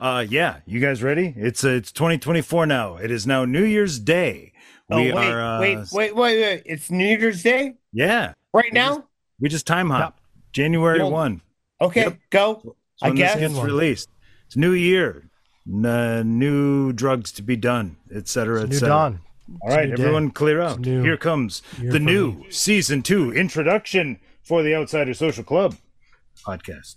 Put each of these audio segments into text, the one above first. Uh, yeah, you guys ready? It's uh, it's 2024 now. It is now New Year's Day. Oh, wait, uh, wait, wait, wait, wait. It's New Year's Day Yeah, right now? we just time hop January Well, one. Okay, Yep. go. It's I when this guess. gets released. It's New Year, n- uh, new drugs to be done, etc. It's etc. new dawn. All right, new day. everyone, clear It's out. new. Here comes Year the for new season two introduction for the Outsider Social Club podcast.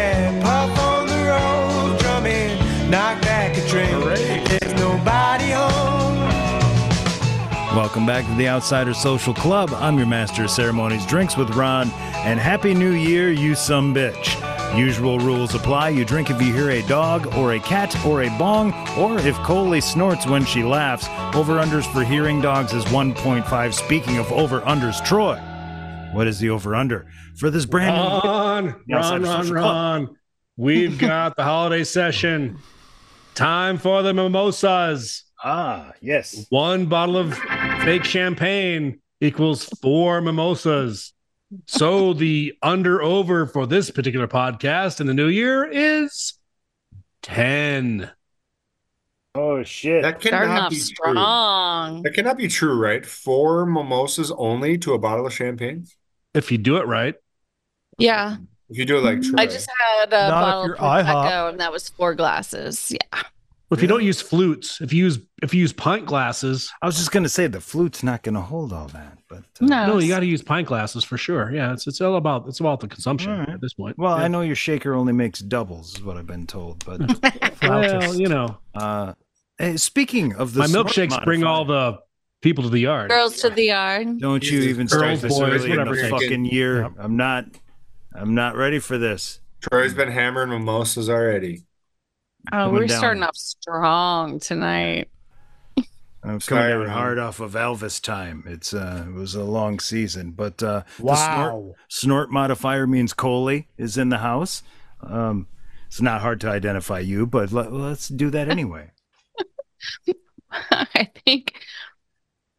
Pop on the road, drumming, knock back a drink. There's nobody home. Welcome back to the Outsider Social Club. I'm your master of ceremonies, drinks with Ron, and Happy New Year, you some bitch. Usual rules apply. You drink if you hear a dog or a cat or a bong, or if Coley snorts when she laughs. Over unders for hearing dogs is 1.5. Speaking of over unders, Troy, what is the over under for this brand Uh, new? Ron, The Outsider Ron, Ron, Social Ron. We've got the holiday session. Time for the mimosas. Ah, yes. One bottle of fake champagne equals four mimosas. So the under over for this particular podcast in the new year is 10. Oh, shit. That Starting cannot off be true. strong. That cannot be true, right? Four mimosas only to a bottle of champagne. If you do it right, Yeah. If you do it like Troy, Mm, I just had a Not if bottle you're of IHOP. Prosecco, and that was four glasses. Yeah. if you don't use flutes, if you use if you use pint glasses, I was just going to say the flute's not going to hold all that, but. uh, Oh, No. no, you got to use pint glasses for sure. Yeah, it's it's all about it's about the consumption All right. at this point. Well, yeah. I know your shaker only makes doubles, is what I've been told. But Well, flautist. you know, uh, eh, speaking of the my smart milkshakes bring modifier, all the people to the yard. girls to the yard. Don't you Easy. even start Girls, this boys, early in whatever the they fucking year? Yep. I'm not. I'm not ready for this. Troy's been hammering mimosas already. Oh, Coming we're down. starting off strong tonight. I'm coming Sorry, down Ron. hard off of Elvis time. It's uh, it was a long season, but uh, the snort, Wow. snort modifier means Coley is in the house. Um, it's not hard to identify you, but let, let's do that anyway. I think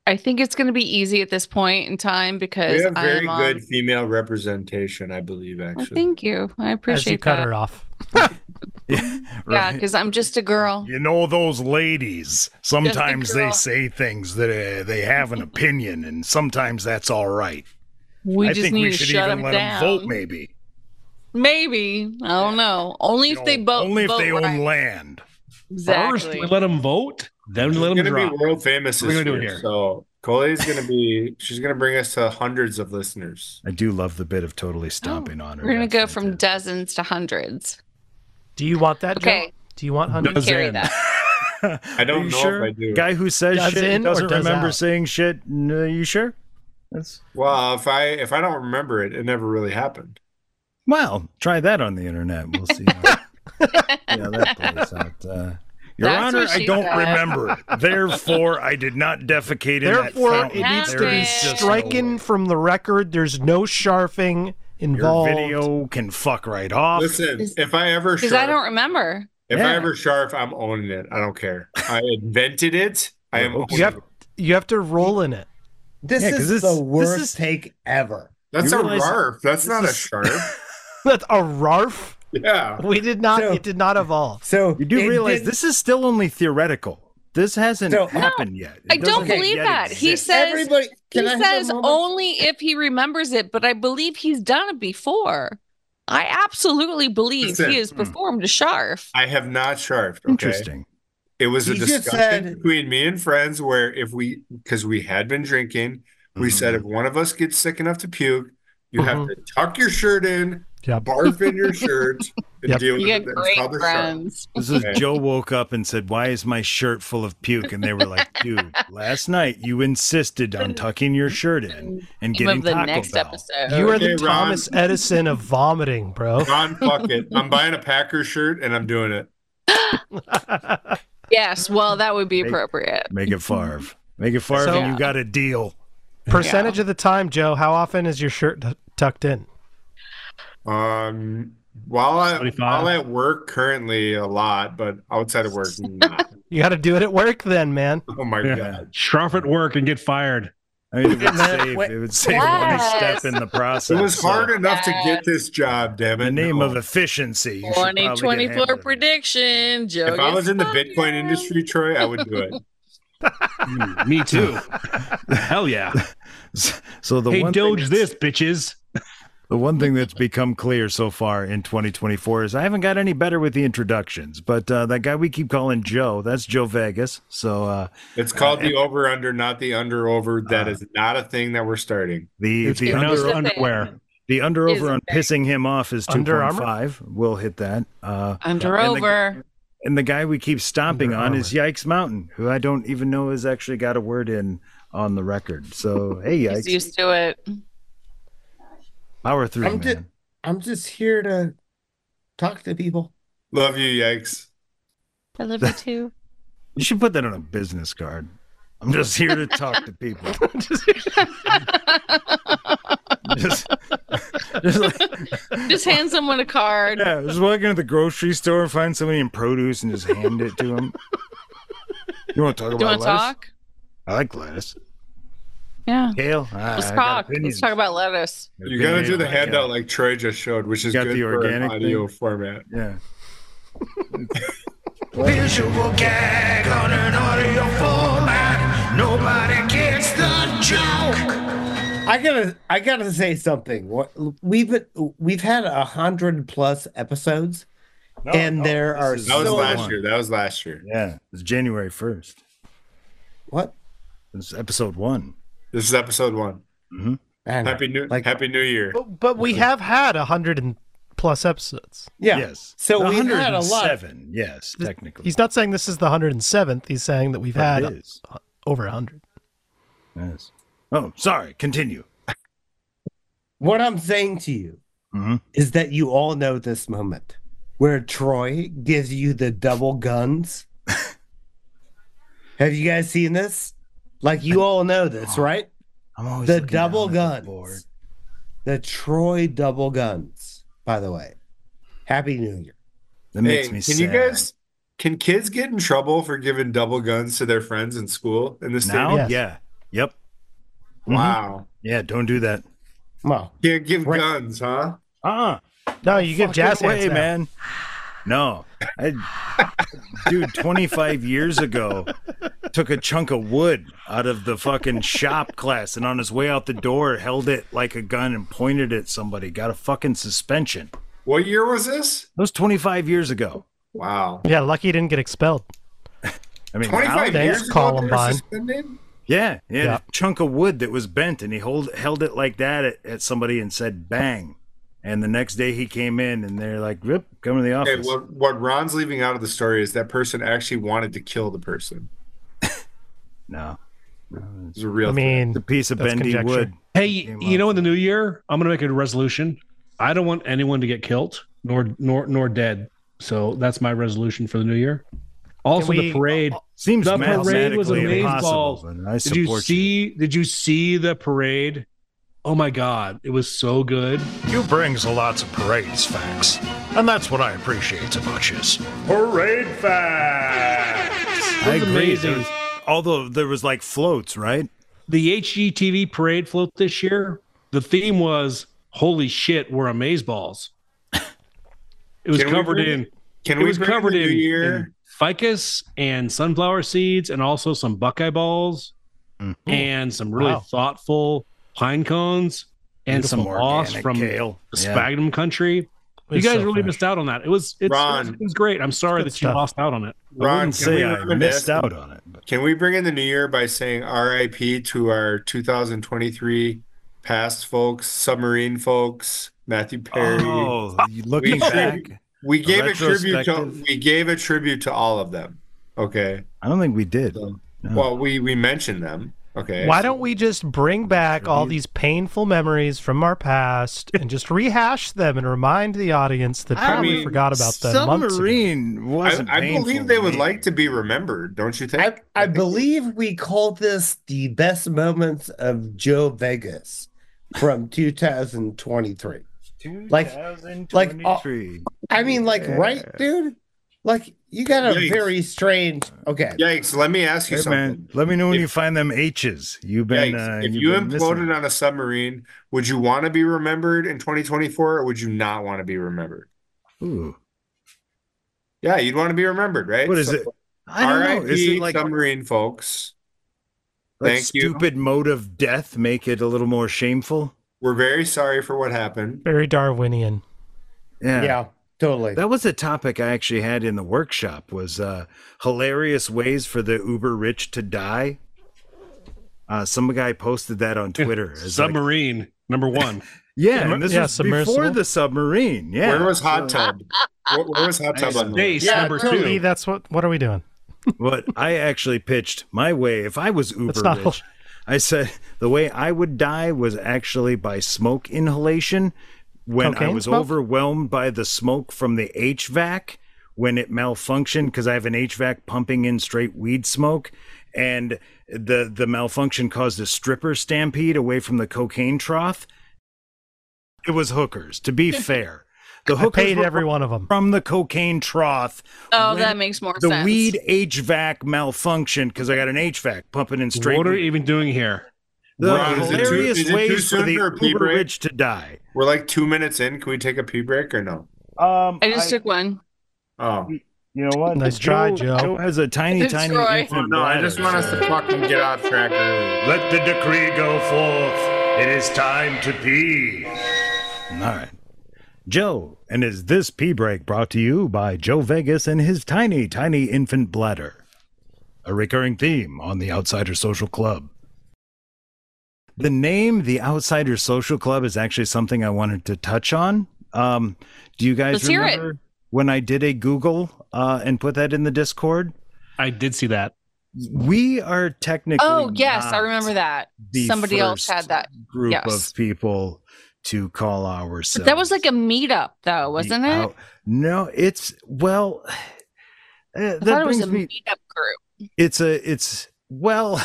I think it's going to be easy at this point in time because We have I very am good on. female representation, I believe, Well, actually. thank you. I As you appreciate cut that. her off. yeah, Yeah, because I'm just a girl. You know those ladies. Sometimes they girl. say things that uh, they have an opinion, and sometimes that's all right. We I just think need we to should shut even them let down. them vote, maybe. Maybe I don't know. Only You if they know, vote. only if Oh, vote they right. own land. First, Exactly. we let them vote, then we She's let them gonna drop. be world famous We're gonna this do it year, here. So Coley's gonna be she's gonna bring us to hundreds of listeners. I do love the bit of totally stomping on her. Oh, We're gonna That's go from fantastic. dozens to hundreds. Do you want that? Joe? Okay. Do you want You hundred? Does carry in. that. I don't Are you know if sure? I do. Guy who says Does shit in and or doesn't does remember out? saying shit. No, you sure? That's Well, if I if I don't remember it, it never really happened. well. Try that on the internet. We'll see. How, yeah, that plays out. Uh, Your That's Honor, what I she don't said. remember it. Therefore, I did not defecate in that Therefore, it fountain. Now needs to There be is just no stricken way. from the record. There's no sharfing Your involved. video can fuck right off. Listen, Is- if I ever Because I sharp- don't remember. If I Yeah. ever sharp, I'm owning it. I don't care. I invented it. I am owning You have it. you have to roll in it. This Yeah, 'cause is this- the this worst is- take ever. That's You a realize- RARF. That's not a is- sharp. That's a rarf. yeah. We did not. So- it did not evolve. So You do it realize did- this is still only theoretical. This hasn't So- No, happened yet. It I don't doesn't believe yet that. He exist. says Everybody, can he I have a says moment? only if he remembers it, but I believe he's done it before. I absolutely believe Listen. he has performed a sharf. I have not sharped. Okay. Interesting. It was a He just discussion said- between me and friends where if we, because we had been drinking, we said if one of us gets sick enough to puke, you have to tuck your shirt in, Yep. barf in your shirt, and Yep. deal You with get it. That's great how they're sharp. friends. This is Okay. Joe woke up and said, "Why is my shirt full of puke?" And they were like, "Dude, last night you insisted on tucking your shirt in and Name getting of the Taco next Bell." episode. You are the Okay, Ron. Thomas Edison of vomiting, bro. Ron, fuck it. I'm buying a Packer shirt and I'm doing it. yes, well, that would be Make- appropriate. Make it Favre. Make it Favre, So- and you got a deal. Percentage of the time, Joe, how often is your shirt t- tucked in? Um, while I, 25. while at work currently a lot, but outside of work, not. You got to do it at work then, man. oh my Yeah. god. Scruff at work and get fired. I mean, it would Yes. save, it would save one step in the It process. was so hard enough to Yes. get this job, In damn it. the name No. of efficiency. you should probably get 2024 hammered. prediction. Joe If I gets was in the fired. Bitcoin industry, Troy, I would do it. Mm, Me too. Hell yeah. So the hey, one Doge, thing, this bitches. The one thing that's become clear so far in 2024 is I haven't got any better with the introductions, but uh, that guy we keep calling Joe, that's Joe Vegas. So uh, It's called the over under, not the under over. Ah. That is not a thing that we're starting. the It's the under, pronounced Just a underwear. thing. the under over on Is- pissing him off is Under Armour? 2.5. We'll hit that. Uh, Under And the- over. and the guy we keep stomping Under on is Yikes Mountain, who I don't even know has actually got a word in on the record. So hey, He's Yikes, used to it. power three, I'm man. just, I'm just here to talk to people. Love you, yikes. I love you too. You should put that on a business card. I'm just here to talk to people. just, just like, Just hand someone a card. yeah, just walk into the grocery store and find somebody in produce and just hand it to them. You want to talk Do you about want to lettuce? talk? I like lettuce. Yeah. Kale. Ah, Let's I got talk. Let's opinions. talk about lettuce. You gotta do the Yeah. handout like Troy just showed, which is Got good the for an organic audio format. Yeah. Visual gag on an audio format. Nobody gets the joke. I gotta, I gotta say something. What we've been, we've had a hundred plus episodes, and there are is- That was so last year. That was last year. Yeah. It's January 1st. what. It's episode one. This is episode one. I don't know. Happy New Like- Happy New Year. But, but we have had a hundred and plus episodes. Yeah. Yes. So we've had a lot. 107, Yes, technically. He's not saying this is the hundred and seventh. He's saying that we've That had is. over a hundred. Yes. Oh, sorry. Continue. What I'm saying to you Mhm. is that you all know this moment where Troy gives you the double guns. Have you guys seen this? Like you all know this, right? I'm always The looking double down at the board. guns. The Troy double guns, by the way. Happy New Year. That makes Hey, me can sad. you guys can kids get in trouble for giving double guns to their friends in school in this now? state? Yes. Yeah. Mm-hmm. Yep. Wow. Yeah. Don't do that. Well, Can't give Right. guns, huh? Uh-uh. No, you give jazz Fucking hands way, now. man. No, I, dude. Twenty five years ago, took a chunk of wood out of the fucking shop class, and on his way out the door, held it like a gun and pointed at somebody. Got a fucking suspension. That What year was this? was twenty five years ago. Wow. Yeah, lucky he didn't get expelled. I mean, Twenty now- five thanks, years ago they were Columbine. suspended? yeah, yeah, Yeah. A chunk of wood that was bent, and he hold held it like that at, at somebody and said bang. And the next day he came in, and they're like, "Rip, come to the Okay, office." what, what Ron's leaving out of the story is that person actually wanted to kill the person. no, It's a real. I mean, it's a piece of That's bendy conjecture. wood. Hey, Came you up. know, in the new year, I'm going to make a resolution. I don't want anyone to get killed nor nor nor dead. So that's my resolution for the new year. Also, Can we- the parade. Seems The parade was mathematically amazing impossible. balls. but I Did you support you. see? Did you see the parade? Oh my God, it was so good. You brings lots of parades facts, and that's what I appreciate about you. Parade facts. I was agree. amazing. There was- although there was like floats, right? The HGTV parade float this year. The theme was "Holy shit, we're amazeballs." It was Can we covered bring- in Can it we was bring covered the new in, year? in ficus and sunflower seeds and also some buckeye balls Mm-hmm. and some really Wow. thoughtful pine cones and some moss organic from kale. the Yeah. sphagnum country. You It's guys so really fresh. missed out on that. It was it's, Ron. it was great. I'm sorry good that you stuff. lost out on it. Ron, can I'd say we I reminisce- missed out on it. But Can we bring in the new year by saying RIP to our 2023 past folks, submarine folks, Matthew Perry? oh, you We looking should- back, we gave a tribute to retrospective. we gave a tribute to all of them. Okay. I don't think we did. So, No. Well, we we mentioned them. Okay. Why don't we just bring back all these painful memories from our past and just rehash them and remind the audience that I probably mean, forgot about them months ago? Submarine I, wasn't. I painful believe they to would me. like to be remembered, don't you think? I, I believe we called this the best moments of Joe Vegas from 2023. like- 2023. I mean, like, right, dude? Like, you got a Yikes. very strange. Okay. Yikes! Let me ask you Hey, something. man, let me know when you find them H's. You've been. Yikes. uh, if you've you been missing. imploded on a submarine, would you want to be remembered in 2024 or would you not want to be remembered? Ooh. Yeah, you'd want to be remembered, right? What is it? I don't know. Is RIP it like, submarine folks? like Thank you. stupid mode of death make it a little more shameful? We're very sorry for what happened. Very Darwinian. Yeah. Yeah, totally. That was a topic I actually had in the workshop was uh, hilarious ways for the uber rich to die. Uh, some guy posted that on Twitter. It's like- Submarine number one. yeah, and this Yeah, was before submersible. the submarine. Yeah, Where was hot So- tub? where, where was hot tub on the Space list? Yeah, number totally. Lee, two. that's what. What are we doing? But I actually pitched my way. If I was uber That's not- rich, I said the way I would die was actually by smoke inhalation when I Cocaine was smoke? overwhelmed by the smoke from the HVAC when it malfunctioned because I have an HVAC pumping in straight weed smoke and the the malfunction caused a stripper stampede away from the cocaine trough. It was hookers, to be fair. The I hookers paid were every one of them. from the cocaine trough Oh, when that makes more the sense. weed HVAC malfunctioned because I got an HVAC pumping in straight. what are weed. you even doing here? the Ron, is it too- hilarious is it too ways for soon the for a pee uber break? rich to die. We're like two minutes in. Can we take a pee break or no? Um, I just took one. Oh. you know what? Nice try, Joe. Joe has a tiny, It's tiny. Troy. infant No, I bladder, just want us so- to fucking get off track early. Let the decree go forth. It is time to pee. All right. Joe, and is this pee break brought to you by Joe Vegas and his tiny, tiny infant bladder? A recurring theme on the Outsider Social Club. The name The Outsider Social Club is actually something I wanted to touch on. Um, do you guys Let's hear it. remember when I did a Google uh, and put that in the Discord? I did see that. We are technically. Oh, yes, I not remember that. the Somebody else first had that. group Yes. of people to call ourselves. That was like a meetup, though, wasn't the it? out- no, it's well. Uh, I thought that it was a brings me. meetup group. It's a. It's well.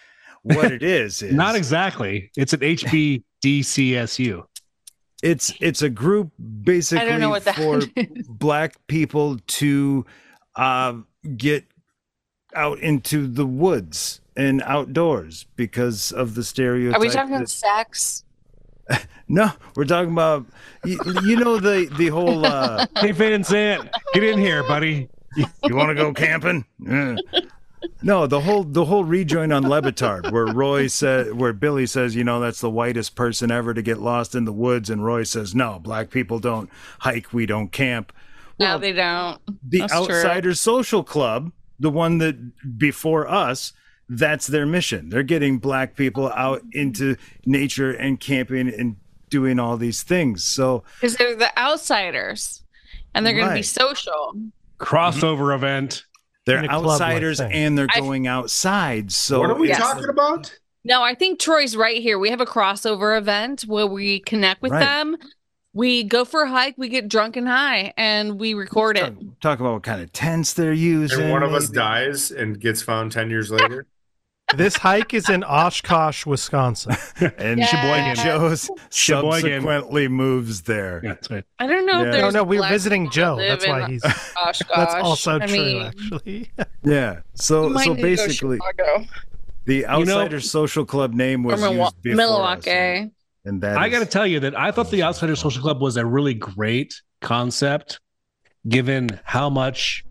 what it is is Not exactly. It's an HBDCSU. it's it's a group basically I don't know what that for is. black people to uh, get out into the woods and outdoors because of the stereotype. Are we talking that- sex? No, we're talking about you, you know the the whole. Uh, Hey, Vincent, get in here, buddy. you want to go camping? Yeah. No, the whole the whole rejoin on Levitard, where Roy said, where Billy says, you know, that's the whitest person ever to get lost in the woods, and Roy says, no, black people don't hike, we don't camp. no, they don't. The That's true. Outsiders Social Club, the one that before us, that's their mission. They're getting black people out into nature and camping and doing all these things. So Because they're the outsiders and they're going to be Right. social. Crossover event. they're In a club-like outsiders thing. and they're I- going outside. So What are we Yes. talking about? No, I think Troy's right here. We have a crossover event where we connect with Right. them. We go for a hike, we get drunk and high, and we record it. talk, talk about what kind of tents they're using. And one of us maybe. dies and gets found 10 years later. This hike is in Oshkosh, Wisconsin. And Yes. Sheboygan Joe's Sheboygan. subsequently moves there. Yeah, that's right. I don't Yeah. know if No, there's. no, no, we're black visiting people Joe. that That's live why in he's. Oshkosh. That's also I true, mean, actually. Yeah. So might so need to go basically Chicago the Outsider Social Club name or was used Milwa- before us, and- Milwaukee. and that I is- got to tell you that I thought the Outsider Social Club was a really great concept, given how much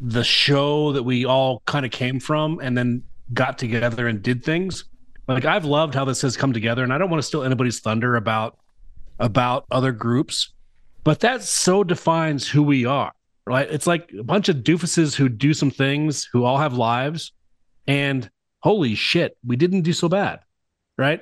the show that we all kind of came from and then got together and did things. Like I've loved how this has come together, and I don't want to steal anybody's thunder about about other groups, but that so defines who we are, right? It's like a bunch of doofuses who do some things, who all have lives, and holy shit, we didn't do so bad, right?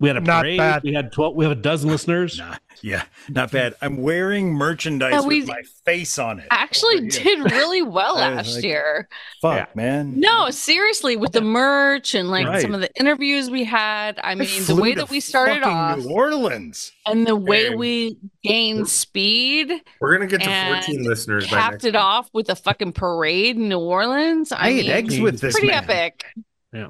We had a Not parade. bad. We had twelve. We have a dozen listeners. Yeah, not bad. I'm wearing merchandise Yeah, we- with my face on it. Actually, did really well I was last like- year. Fuck, Yeah. man. No, seriously, with the merch and like Right. some of the interviews we had. I mean, the flew way to that we started fucking off New Orleans. and the way and- we gained speed We're gonna get to And 14 listeners by capped next it week. off with a fucking parade in New Orleans. I, I ate mean, eggs with this pretty man. epic. Yeah.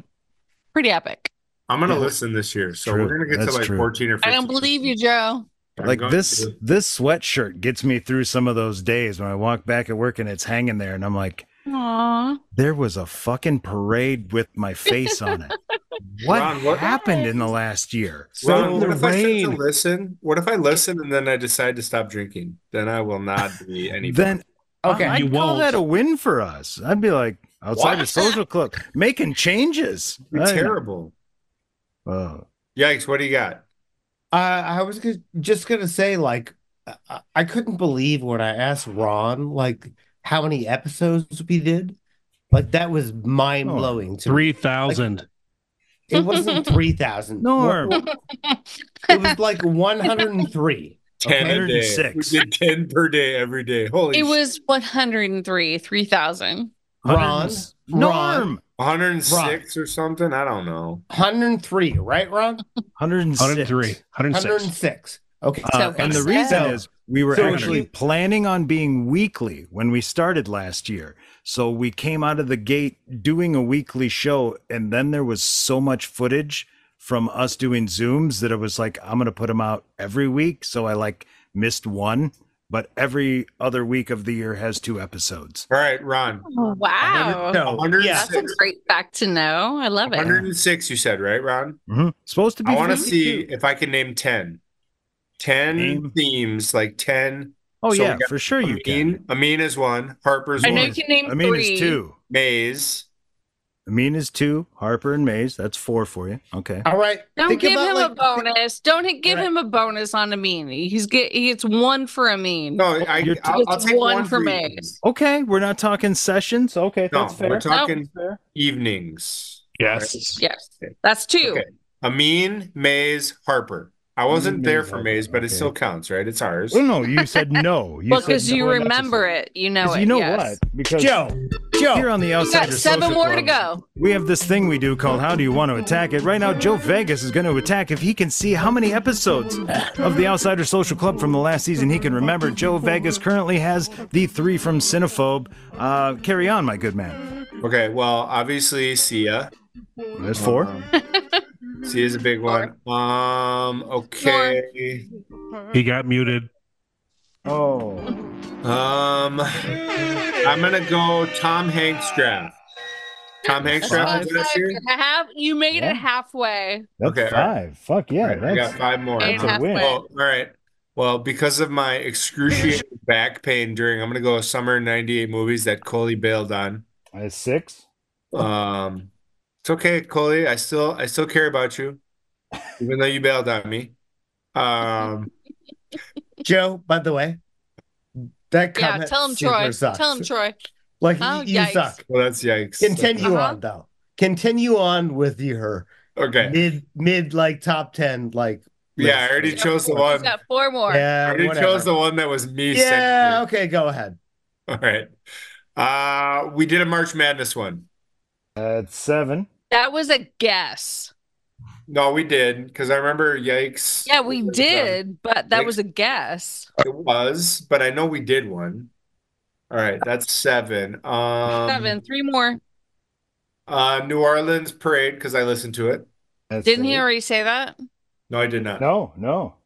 Pretty epic. I'm gonna Yeah. listen this year, so True. we're gonna get That's to like true. 14 or 15. I don't believe you, Joe. I'm like going this to. this sweatshirt gets me through some of those days when I walk back at work and it's hanging there and I'm like, Aw. there was a fucking parade with my face on it. What, Ron, what- happened in the last year? So Ron, what the if I said to rain. listen? What if I listen and then I decide to stop drinking? Then I will not be any. Then Okay. I'd You call won't. that a win for us. I'd be like outside the What? social club making changes. You're I- terrible. Oh, Yikes! What do you got? Uh, I was g- just gonna say, like, I-, I couldn't believe when I asked Ron, like, how many episodes we did. Like that was mind blowing Oh, to me. Three thousand. It wasn't three thousand. Norm. It was like one hundred and three. 10 a day. We 106. did 10 per day every day. Holy It shit. was 103, 3,000. Ron, Norm, 106 or something. I don't know. Hundred and three, right, Ron? 103. 103. 106. 106. Okay. Uh, and the reason is we were So actually you- planning on being weekly when we started last year. So we came out of the gate doing a weekly show, and then there was so much footage from us doing Zooms that it was like, I'm going to put them out every week. So I like missed one, but every other week of the year has two episodes. All right, Ron. Oh. Wow. That's a 106. great fact to know. I love it. 106, you said, right, Ron? Mm-hmm. Mhm. Supposed to be. I want to 52. see if I can name 10. 10 Name. themes, like 10. Oh, so yeah, we got for sure you can. Amin, Amin is one. Harper's I know one. you can name I mean, three. it's two. Maze. I mean, it's two. Harper and Mays. That's four for you. Okay. All right. Don't think give about, him like, a bonus. Don't h- give Right. him a bonus on Amin. He's get he gets one for Amin. No, I, You're- I'll, I'll It's take one one, for for Maze. evenings. Okay, we're not talking sessions. Okay, No, that's fair. we're talking fair. evenings. Yes. Yes, that's two. Okay. Amin, Maze, Harper. I wasn't there for Harper, Maze, but it okay. still counts, right? It's ours. Mm. Well, no, you said no. You well, said because you no remember unnecessary. it, you know 'Cause it. You know yes. what? Because Joe. Joe. here on the You outside, got seven more to go. We have this thing we do called "How do you want to attack it?" Right now, Joe Vegas is going to attack if he can see how many episodes of the Outsider Social Club from the last season he can remember. Joe Vegas currently has the three from Cinephobe. Uh, carry on, my good man. Okay, well, obviously Sia. There's four. Sia's a big one. Um, okay. He got muted. Oh, Um, I'm gonna go Tom Hanks draft. Tom Hanks draft That's was five. last year. Half- you made Yeah. it halfway. that's Okay, all right. five. Fuck yeah, All right, I that's got five more. Made it a halfway. win. Well, all right. Well, because of my excruciating back pain during, I'm gonna go summer '98 movies that Coley bailed on. that's six. Oh. Um, it's okay, Coley. I still I still care about you, even though you bailed on me. Um, Joe, by the way, that Yeah, comment tell him super Troy. sucks. Tell him Troy. Like Oh, you, you yikes. suck. well, that's yikes. Continue Uh-huh. on though. Continue on with your Okay. mid mid like top ten like. Yeah, I list. already chose the He's one. got four more. I Yeah, already whatever. chose the one that was me. sent yeah. you. Okay, go ahead. All right. Uh, we did a March Madness one. That's seven. That was a guess. No, we did because I remember. Yikes. um, Yeah, we did, but that was a guess. It was, but I know we did one. All right, that's seven. Um, Seven, three more. Uh, New Orleans Parade because I listened to it. That's Didn't he eight. already say that? No, I did not. No, no.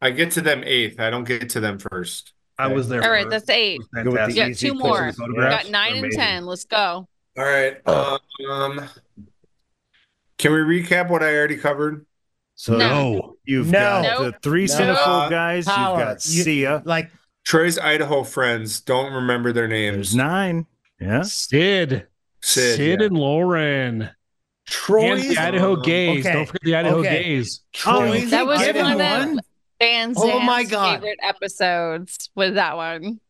I get to them eighth. I don't get to them first. I was there. All right, that's eight. fantastic. Yeah, two more. Photographs We are got nine and amazing. ten. Let's go. All right. Um, can we recap what I already covered? So No. Oh, you've No. got Nope. the three No. Cinephobe guys. Power. You've got You- Sia. Like Troy's Idaho friends don't remember their There's names. nine. Yeah. Sid. Sid, Sid, yeah. Um, and Lauren. And Troy's the Idaho gays. Okay. Don't forget the Idaho Okay. gays. Troy's That was Idaho one of the Van Oh my Zandt's God. favorite episodes was that one.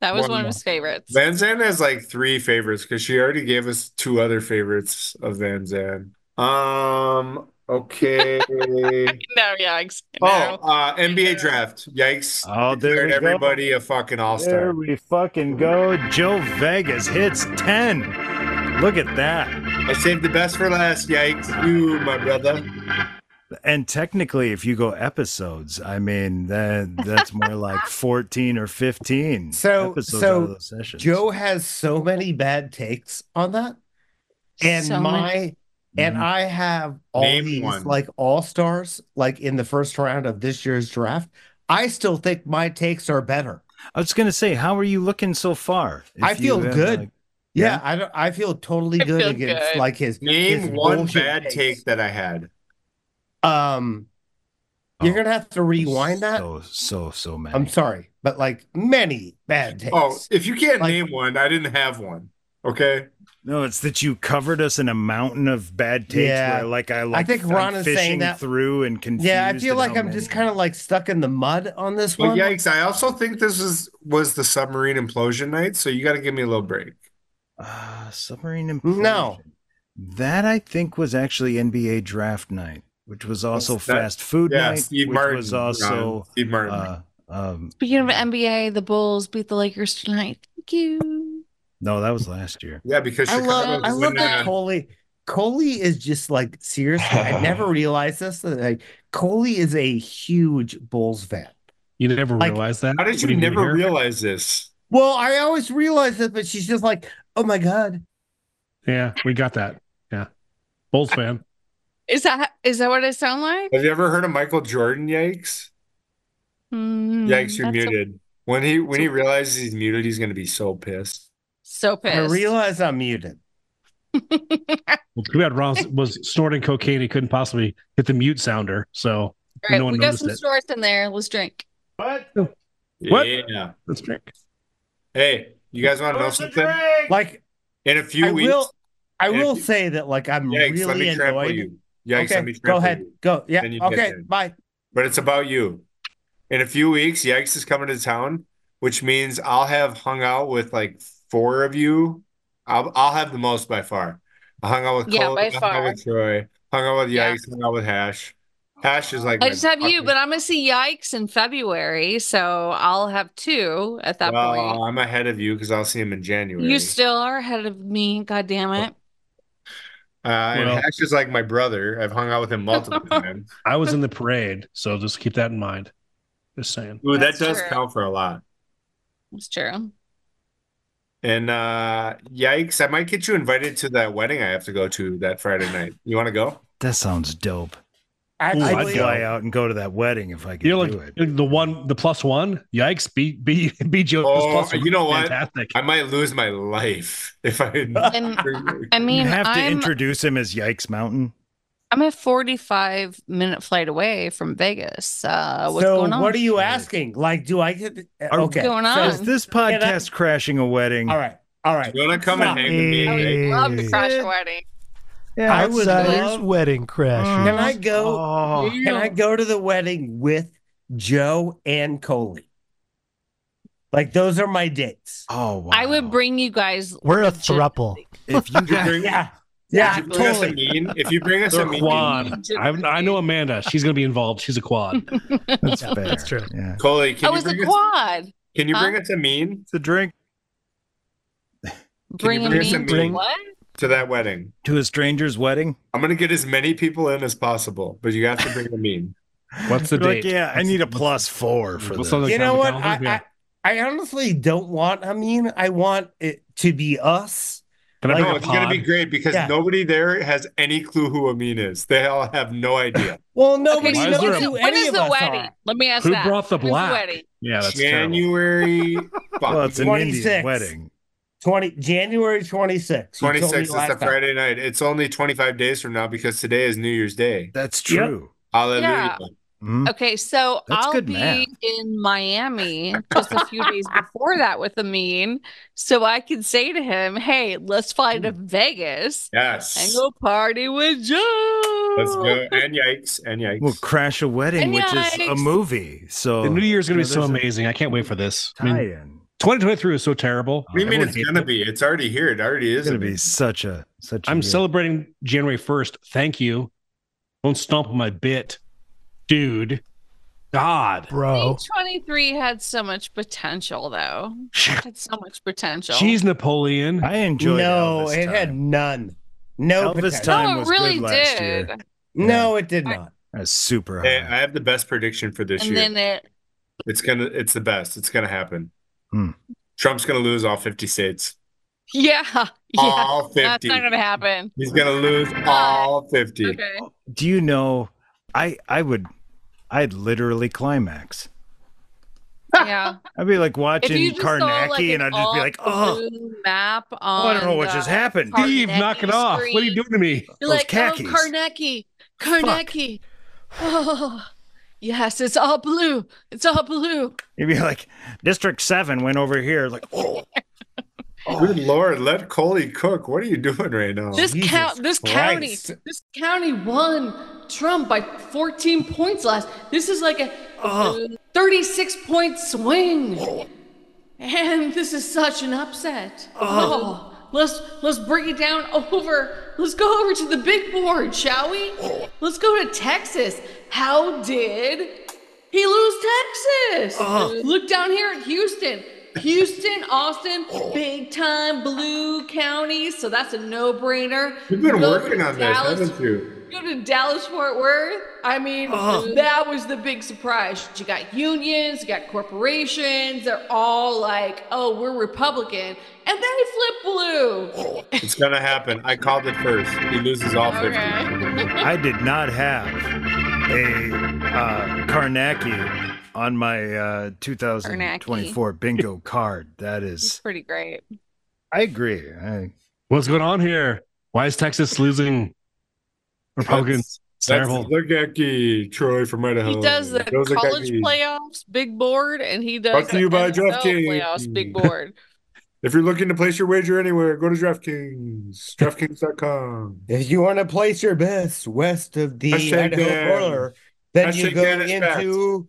That was One one, more. of his favorites. Van Zandt has like three favorites because she already gave us two other favorites of Van Zandt. Um, Okay. No, yeah, ex- oh, no. uh, NBA draft. Yikes. Oh, there Declared we go. everybody a fucking all There star. we fucking go. Joe Vegas hits 10. Look at that. I saved the best for last. Yikes. You, my brother. And technically, if you go episodes, I mean, that that's more like 14 or 15 So- episodes so out of those sessions. Joe has so many bad takes on that, and So my many- and Mhm. I have all Name these one. like all stars like in the first round of this year's draft. I still think my takes are better. I was going to say, how are you looking so far? If I feel you have, good. like- Yeah, Yeah. I don't. I feel totally I good feel against good. like his Name his one bullshit bad takes. take that I had. Um, you're Oh, gonna have to rewind that. So, so, so many. I'm sorry, but like many bad takes. Oh, if you can't Like- name one, I didn't have one. Okay. No, it's that you covered us in a mountain of bad takes Yeah. where like I like think I'm Ron is saying fishing that- through and confused. yeah, I feel at like how I'm just many. kind of like stuck in the mud on this Well, one. yikes. I also think this is was the submarine implosion night, so you got to give me a little break. Uh, submarine implosion. No. That I think was actually NBA draft night, which was also That's- that- fast food Yeah, night, Steve which Martin. was also Ron. Steve Martin. uh, um, Speaking of NBA, the Bulls beat the Lakers tonight. Thank you. no, that was last year. yeah, because I love Chicago I is love winning that on- Coley. Coley is just like seriously. I never realized this. that, Like Coley is a huge Bulls fan. You never Like, realized that. How did What do you mean never here? realize this? Well, I always realized it, but she's just like, oh my god. Yeah, we got that. Yeah, Bulls fan. Is that is that what I sound like? Have you ever heard of Michael Jordan? Yikes! Mm, Yikes, you're that's so- muted. when he when so- he realizes he's muted, he's gonna be so pissed. So I pissed. realize I'm muted. Well, too bad Ron was snorting cocaine. He couldn't possibly hit the mute sounder. So All right, No one we got noticed some it. shorts in there. Let's drink. What? What? Yeah. let's drink. Hey, you guys want to know Who's the something? drink? Like In a few I weeks, will. I If will you- say that like I'm yikes, let really me trample annoyed. you. Yikes, okay, let me go trample ahead. you. Go. Yeah. Then you get Okay. there. Bye. But it's about you. In a few weeks, Yikes is coming to town, which means I'll have hung out with like four of you. I'll I'll have the most by far. I hung out with Yeah, Cole, by I hung out with Troy, hung out with Yeah. Yikes, hung out with Hash. Hash is like I my just have you, fucking- but I'm gonna see Yikes in February, so I'll have two at that well, point. I'm ahead of you because I'll see him in January. You still are ahead of me. God damn it! uh, and Well- Hash is like my brother. I've hung out with him multiple times. I was in the parade, so just keep that in mind. Just saying. Ooh, that That's does true. count for a lot. It's true. And uh yikes, I might get you invited to that wedding I have to go to that Friday night. You want to go? That sounds dope. I'd I'd Actually, go. fly out and go to that wedding if I could You're do like it. the one, the plus one. Yikes! Be be be Joe. Oh, you know what? Fantastic. I might lose my life if I And I mean, you have to I'm introduce him as Yikes Mountain. I'm a 45 minute flight away from Vegas. Uh, what's so going on? what are you asking? Like, do I get? Are- okay. What's going so- on? Is this podcast crashing a wedding? all right. All right. You want to come and hang with me? I would Hey. love to crash a wedding. Yeah, I would outsiders love- wedding crash. Can I go? Oh, Can I go to the wedding with Joe and Coley? Like those are my dates. Oh, wow. I would bring you guys. we're a legit- thruple. If you If you bring- Yeah. if Yeah. you bring us a Totally. mean, if you bring us They're a a mean, quad. I, I know Amanda. She's gonna be involved. She's a quad. that's fair. that's true. Yeah. Coley, can Oh, you it's a bring us, quad. can you huh? bring us a mean It's a drink Bring bring us a me. meeting? What? to that wedding? to a stranger's wedding. I'm gonna get as many people in as possible, but you have to bring a mean. What's the You're date? Like, yeah, I What's- need a plus four for what's this. on the You know what? calendar? I, I I honestly don't want a mean. I want it to be us. Can I like- bring No, a it's gonna pod? be great because Yeah. nobody there has any clue who a mean is. They all have no idea. Well, nobody Why is knows there a- who when any is of the us wedding? are. Let me ask Who that. brought the When's black? wedding? Yeah, that's terrible. January. fuck. Well, it's an 26. Indian wedding. Twenty January twenty sixth. 26 is the Friday night. It's only 25 days from now because today is New Year's Day. That's Yep. true. Hallelujah. Mhm. Okay, so That's I'll good be math. in Miami just a few days before that with Amin, so I can say to him, "Hey, let's fly to Vegas and Yes. go party with Joe." Let's go. And yikes. And yikes. We'll crash a wedding, And which is a yikes. movie. So The new year's gonna be Yeah, so there's a- amazing. I can't wait for this. I mean, tie-in. 2023 was so terrible. Oh, what do you mean Everyone it's hated going to it. be? It's already here. It already It's is. gonna be such a such. a I'm good- celebrating January 1st. Thank you. Don't stomp on my bit, dude. God, Oh. bro. 23 had so much potential, though. had so much potential. she's Napoleon. I enjoyed no, Elvis it time. had none. No Elvis potential. time no, it was really good last did. year. No, it did not. That's super Hey, high. I have the best prediction for this And year. then it It's gonna. It's the best. It's gonna happen. Hmm. Trump's gonna lose all fifty states. Yeah. Yeah. All That's fifty. not gonna happen. He's gonna lose all fifty. Okay. Do you know? I I would, I'd literally climax. Yeah. I'd be like If watching you just saw, Karnacki, like, and I'd an just be like, oh, all-blue map on I don't know what the- just happened. Karnacki Steve, knock it off. What are you screen. doing to me? You're Those like, khakis. oh, Karnacki, Karnacki. Oh, yes, it's all blue. It's all blue. You'd be like, District Seven went over here. Like, oh, Oh, Good lord, let Coley cook. What are you doing right now? This Oh, Jesus count, this county, Christ. this county won Trump by 14 points last. This is like a uh, 36 point swing, and this is such an upset. Oh. Let's let's bring it down over. Let's go over to the big board, shall we? Oh. Let's go to Texas. How did he lose Texas? Uh-huh. Look down here at Houston. Houston, Austin, Oh. big time blue counties. So that's a no brainer. You've been working on this, Dallas, haven't you? Go to Dallas Fort Worth. I mean, Uh-huh. that was the big surprise. You got unions, you got corporations. They're all like, oh, we're Republican. And then he flipped blue. It's gonna happen. I called it first. He loses all fifty. I did not have a uh, Karnacki on my uh, 2024 bingo card. That is, pretty great. I agree. I, What's going on here? Why is Texas losing? Republicans. It's That's terrible. Lugecky, Troy from Idaho. He does the Oh, Those are college Lugecky. playoffs big board, and he does Brought to the you by NFL DraftKings. playoffs big board. If you're looking to place your wager anywhere, go to DraftKings. DraftKings.com. If you want to place your bets west of the Hashtag Idaho Dan. border, then you Hashtag go Dan is back. into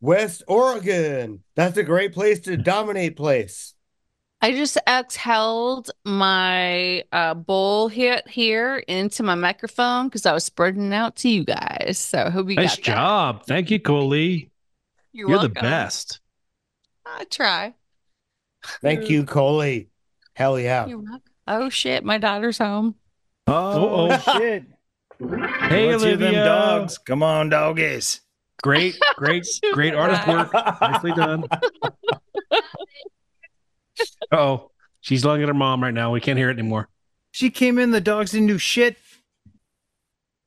West Oregon. That's a great place to dominate place. I just exhaled my uh, bowl hit here into my microphone because I was spreading it out to you guys. So I hope you Nice got that. job. Thank you, Coley. You're, You're, the welcome. best. I try. Thank you, Coley. Hell yeah. You're welcome. Oh shit, my daughter's home. oh Uh-oh. shit! Hey, Let's hear them Olivia. dogs. Come on, doggies. Great, great, She's great artist right. work. Nicely done. Oh, she's yelling at her mom right now. We can't hear it anymore. She came in. The dogs didn't do shit.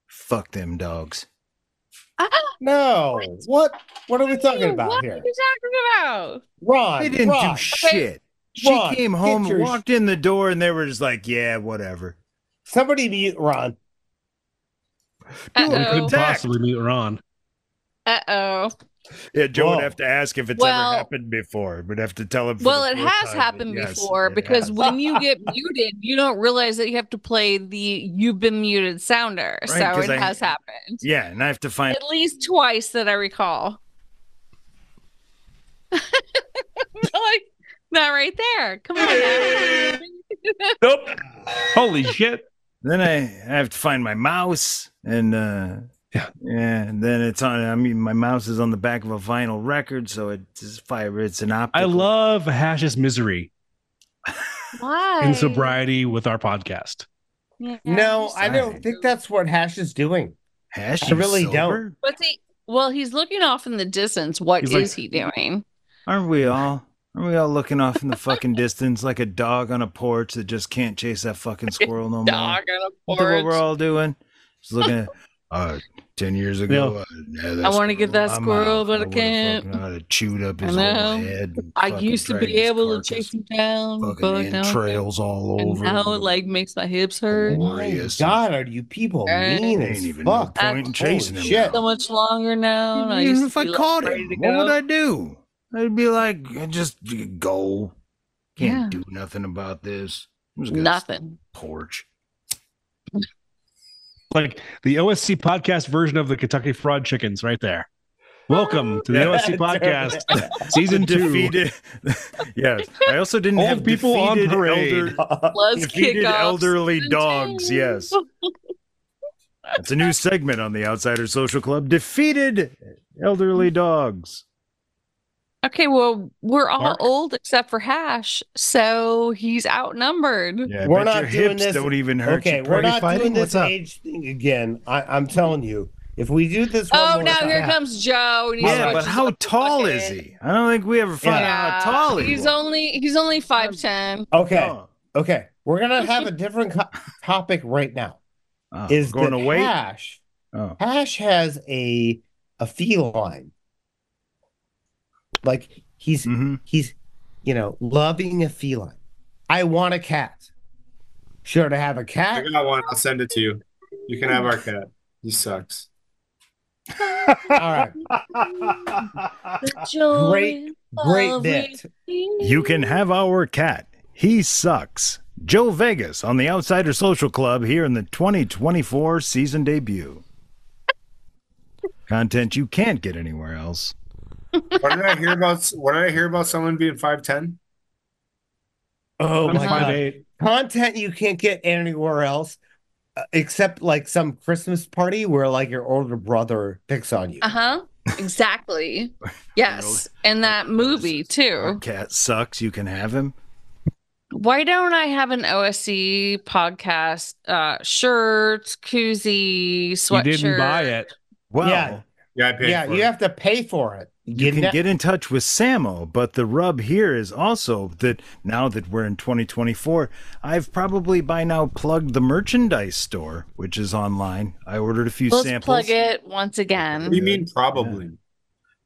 Fuck them dogs. Ah, No. What? What are we talking about what here? are you talking about? Ron. They didn't Ron, do shit. She Ron, came home, get your- walked in the door, and they were just like, "Yeah, whatever." Somebody mute Ron. Dude, We Uh couldn't oh. Zach. possibly mute Ron. Uh oh. Yeah, Joe Whoa. would have to ask if it's Well- ever happened before. We'd have to tell him. for Well, the it fourth has time, happened but yes, before it because has. when you get muted, you don't realize that you have to play the "You've been muted" sounder. so 'cause I- it has happened yeah, and I have to find. at least twice that I recall. like not right there. Come on. now. Nope. Holy shit. Then I, I have to find my mouse, and uh, Yeah. yeah, and then it's on. I mean, my mouse is on the back of a vinyl record, so it's fiber. It's an optical. I love Hash's misery Why? in sobriety with our podcast. Yeah, no, I sorry. don't think that's what Hash is doing. hash. I you really sober? don't. What's he? Well, he's looking off in the distance. What is He's like- he doing? Aren't we all? Aren't we all looking off in the fucking distance like a dog on a porch that just can't chase that fucking squirrel no more? Dog on a Isn't that what we're porch. all doing? Just looking at. Uh, Ten years ago, uh, yeah, that I wanna get that I'm squirrel, out. but I would've can't. fucking- I'd have chewed up I his whole know. head. and I fucking used to dragged be his able to carcass, chase him down, but fucking now, entrails all and over. now him. it like makes my hips hurt. Oh My Glorious. God, are you people Uh, mean Ain't as even no fuck? point in chasing him. Holy shit. So much longer now. and I Even used to if I be, like, caught ready him, to what would go. I do? I'd be like, just go. Can't Yeah. do nothing about this. I'm just gonna Nothing. porch. Like the OSC podcast version of the Kentucky Fraud Chickens, right there. Welcome to the Yeah. OSC podcast, season two. defeated. yeah, I also didn't Old have people on defeated parade. elder- Let's kick defeated off elderly season dogs. two. Yes, It's a new segment on the Outsider Social Club. Defeated elderly dogs. Okay, well, we're all Mark? old except for Hash, so he's outnumbered. Yeah, I bet we're not your doing hips this. don't even hurt. okay, you we're prick. not fighting? doing What's this up? age thing again. I, I'm telling you, if we do this, one Oh, more now time- here comes Joe. And he's Yeah, like- but how tall is he? I don't think we ever found out how tall he he's was. only he's only five ten. Okay, Oh, okay, we're gonna have a different co- topic right now. oh, Is going that to wait? Hash? Oh. Hash has a a feline, like he's hmm he's you know loving a feline. I want a cat. Sure to have a I cat. got one. I'll send it to you. You can have our cat. He sucks. All right, Great- Oh, great bit. You can have our cat. He sucks. Joe Vegas on the Outsider Social Club here in the 2024 season debut. Content you can't get anywhere else. What did I hear about? What did I hear about someone being five ten? Oh I'm my god. five eight. content you can't get anywhere else uh, except like some Christmas party where like your older brother picks on you. Uh huh. Exactly. Yes, and that movie Our too. cat sucks. You can have him. Why don't I have an OSC podcast uh shirt, koozie, You sweatshirt? didn't buy it. Wow. Yeah. Yeah, I paid yeah, for you it. have to pay for it. You can get in touch with Samo, but the rub here is also that now that we're in 2024, I've probably by now plugged the merchandise store, which is online. I ordered a few Let's samples. plug it once What again. do you mean probably?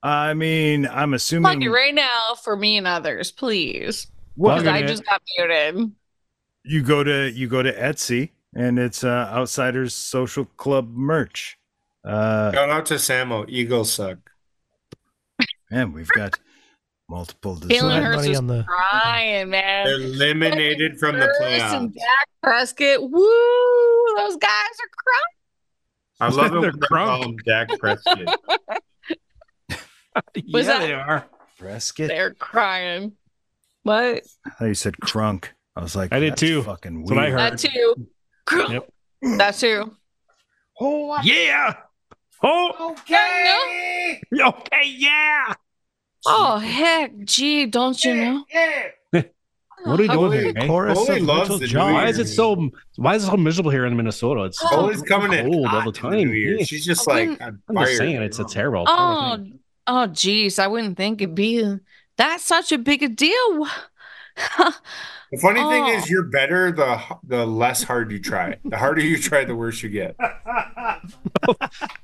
I mean, I'm Plug assuming it right now for me and others, please. well, Because Plug I it. just got muted. you go to you go to Etsy and it's uh, Outsiders Social Club merch. Uh, Shout out to Samo. Eagles suck. and we've got multiple Jalen designs. Hurts money was on the- crying, man. Eliminated from the Hurts playoffs. and Dak Prescott. Woo! Those guys are crying. I love it They're when they call crunk. him Dak Prescott. Was yeah, that- they are. Prescott. They're crying. What? I thought you said crunk. I was like, I did "That's too. Fucking That's what I weird." heard. That too. Yep. That too. Yeah. Oh, Yeah, okay. Yeah. Oh heck, gee, don't you know? What are you doing here? man? Chorus Holy of loves Little the John. New Why is Year. it so? Why is it so miserable here in Minnesota? It's Oh. so Always coming in cold all hot the in New time. Year. Yeah. She's just I like wouldn't- on I'm fire. just saying, it's a terrible. terrible Oh, thing. oh, geez, I wouldn't think it'd be that's such a big a deal. Hmm. The funny thing Oh. is, you're better the the less hard you try. The harder you try, the worse you get.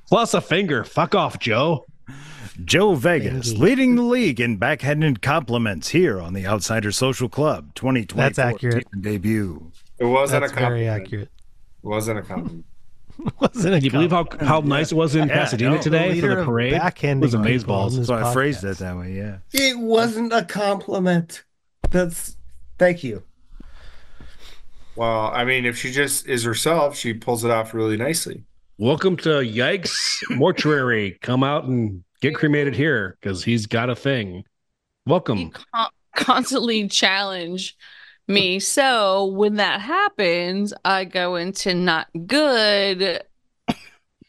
Plus a finger. Fuck off, Joe. Joe Vegas Thank you. leading the league in backhanded compliments here on the Outsider Social Club 2020 That's accurate. debut. It wasn't That's a compliment. very accurate. It wasn't a compliment. Wasn't it? Can you believe how how nice it was in Yeah, Pasadena no. today for leader the of parade? backhanding was a people baseball. on this That's why I phrased podcast. it that way. Yeah. It wasn't a compliment. That's thank you. Well, I mean, if she just is herself, she pulls it off really nicely. Welcome to Yikes Mortuary. Come out and get cremated here because he's got a thing. You Welcome. con- constantly challenge me. So when that happens, I go into not good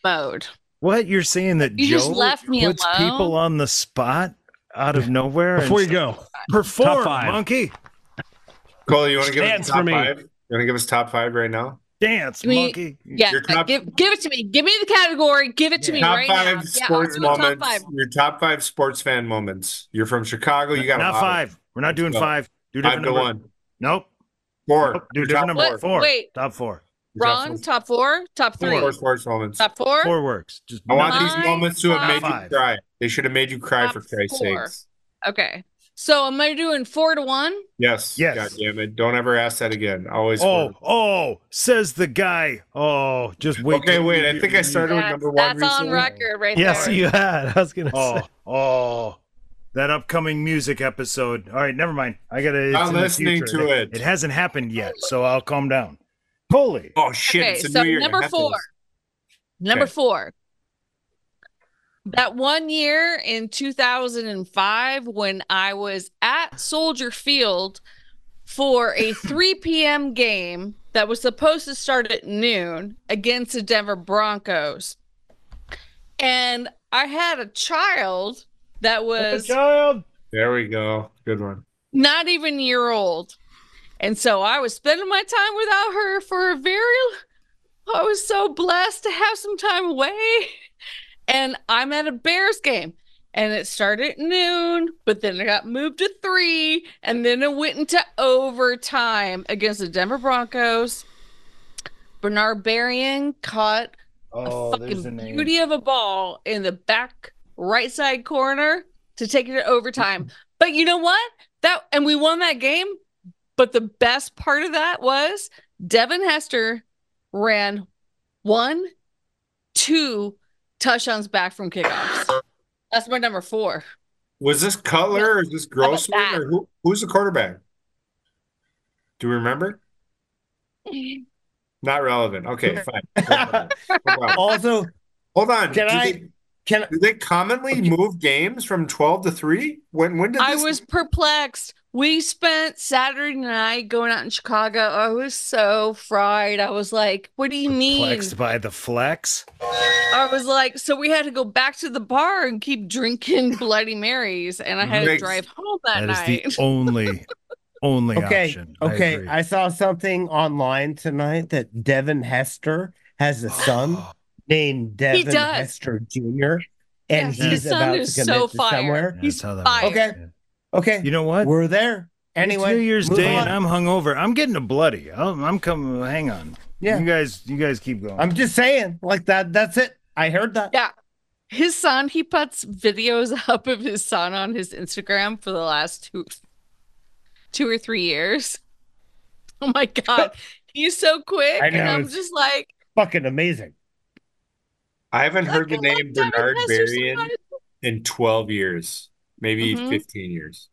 mode. What? You're saying that You Joe just left me puts alone? people on the spot out of nowhere? Before you and go, perform, Top five. monkey. Cole, you want to give us Dance top for me. five? You want to give us top five right now? Dance, We- monkey. Yeah, Your top- give give it to me. Give me the category. Give it to me top right five now. Yeah, I'll sports do a moments. Top five. Your top five sports fan moments. You're from Chicago. Oh, You got a Not lot of- five. We're not doing go. five. Do Five different to number. one. Nope. Four. Nope. Do Your different top number. What? Four. Wait. Top four. Your top Wrong. four- Top four. Top three. Four sports moments. Top four. Four works. Just I want Nine, these moments to have made five. you cry. They should have made you cry Top for Christ's sake. four. Okay. So am I doing four to one? Yes. Yes. God damn it. Don't ever ask that again. Always. Oh, forward. oh, says the guy. Oh, just wait. okay, till wait. you I hear think I me. started with That's- number one. That's on recently. record right Yes, there. you had. I was gonna Oh, say. oh, that upcoming music episode. All right, never mind. I gotta. Not it's in the listening future. to it. It hasn't happened yet, so I'll calm down. Coley, Oh, shit. Okay, it's a so new year. number I have to four. listen. Number Okay. four. That one year in 2005 when I was at Soldier Field for a 3 p.m. game that was supposed to start at noon against the Denver Broncos. And I had a child that was child. There we go. Good one. not even a year old. And so I was spending my time without her for a very I was so blessed to have some time away. And I'm at a Bears game. And it started at noon, but then it got moved to three, and then it went into overtime against the Denver Broncos. Bernard Berrien caught Oh, a there's the fucking name. beauty of a ball in the back right side corner to take it to overtime. But you know what? That and we won that game. But the best part of that was Devin Hester ran one, two touchdowns back from kickoffs. That's my number four. Was this Cutler or is this about Grossman that? or who, who's the quarterback? Do we remember? Not relevant. Okay, fine. No problem. also, Hold on. Can do I- They, can I- do they commonly move games from twelve to three? When when did I this- was perplexed. We spent Saturday night going out in Chicago. I was so fried. I was like, what do you mean? Flexed by the flex. I was like, so we had to go back to the bar and keep drinking Bloody Marys, and I had to Nice. drive home that, That is night. the only, only okay, option. I okay. agree. I, saw something online tonight that Devin Hester has a son named Devin does. Hester Jr. And Yes, his he's son about to commit is so to fire. somewhere. That's He's how that fired. Okay, okay. You know what? We're there. Anyway, it's New Year's move Day on. and I'm hungover. I'm getting a bloody. I'm, I'm coming. Hang on. Yeah. You guys, you guys keep going. I'm just saying, like that. That's it. I heard that. Yeah. His son, he puts videos up of his son on his Instagram for the last two, two or three years. Oh my god, he's so quick, I and know, I'm it's- just like, Fucking amazing. I haven't heard the "Look, I love name Devin Bernard Hester so Berrien much." in twelve years, maybe Mhm. fifteen years.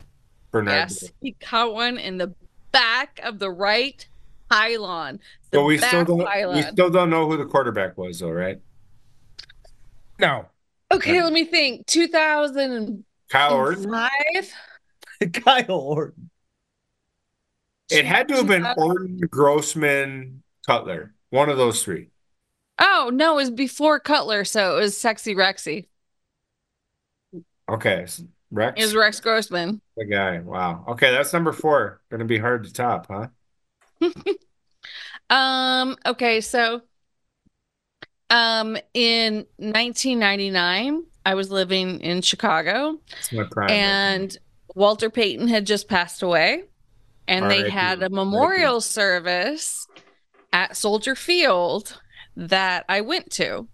Bernard. Yes, Berrien. he caught one in the back of the right pylon. The But we back still don't. We pylon. still don't know who the quarterback was, though, right? No, Okay, let me think. 2005. Kyle Orton. Kyle Orton. It had to have been Orton, Grossman, Cutler. One of those three. Oh, no, it was before Cutler, so it was Sexy Rexy. Okay. s- Rex, It was Rex Grossman. the guy. Wow. Okay, that's number four. Gonna be hard to top, huh? Um, okay, so um in 1999, I was living in Chicago It's my prime. and Walter Payton had just passed away and they R.I.P.. had a memorial service at Soldier Field that I went to.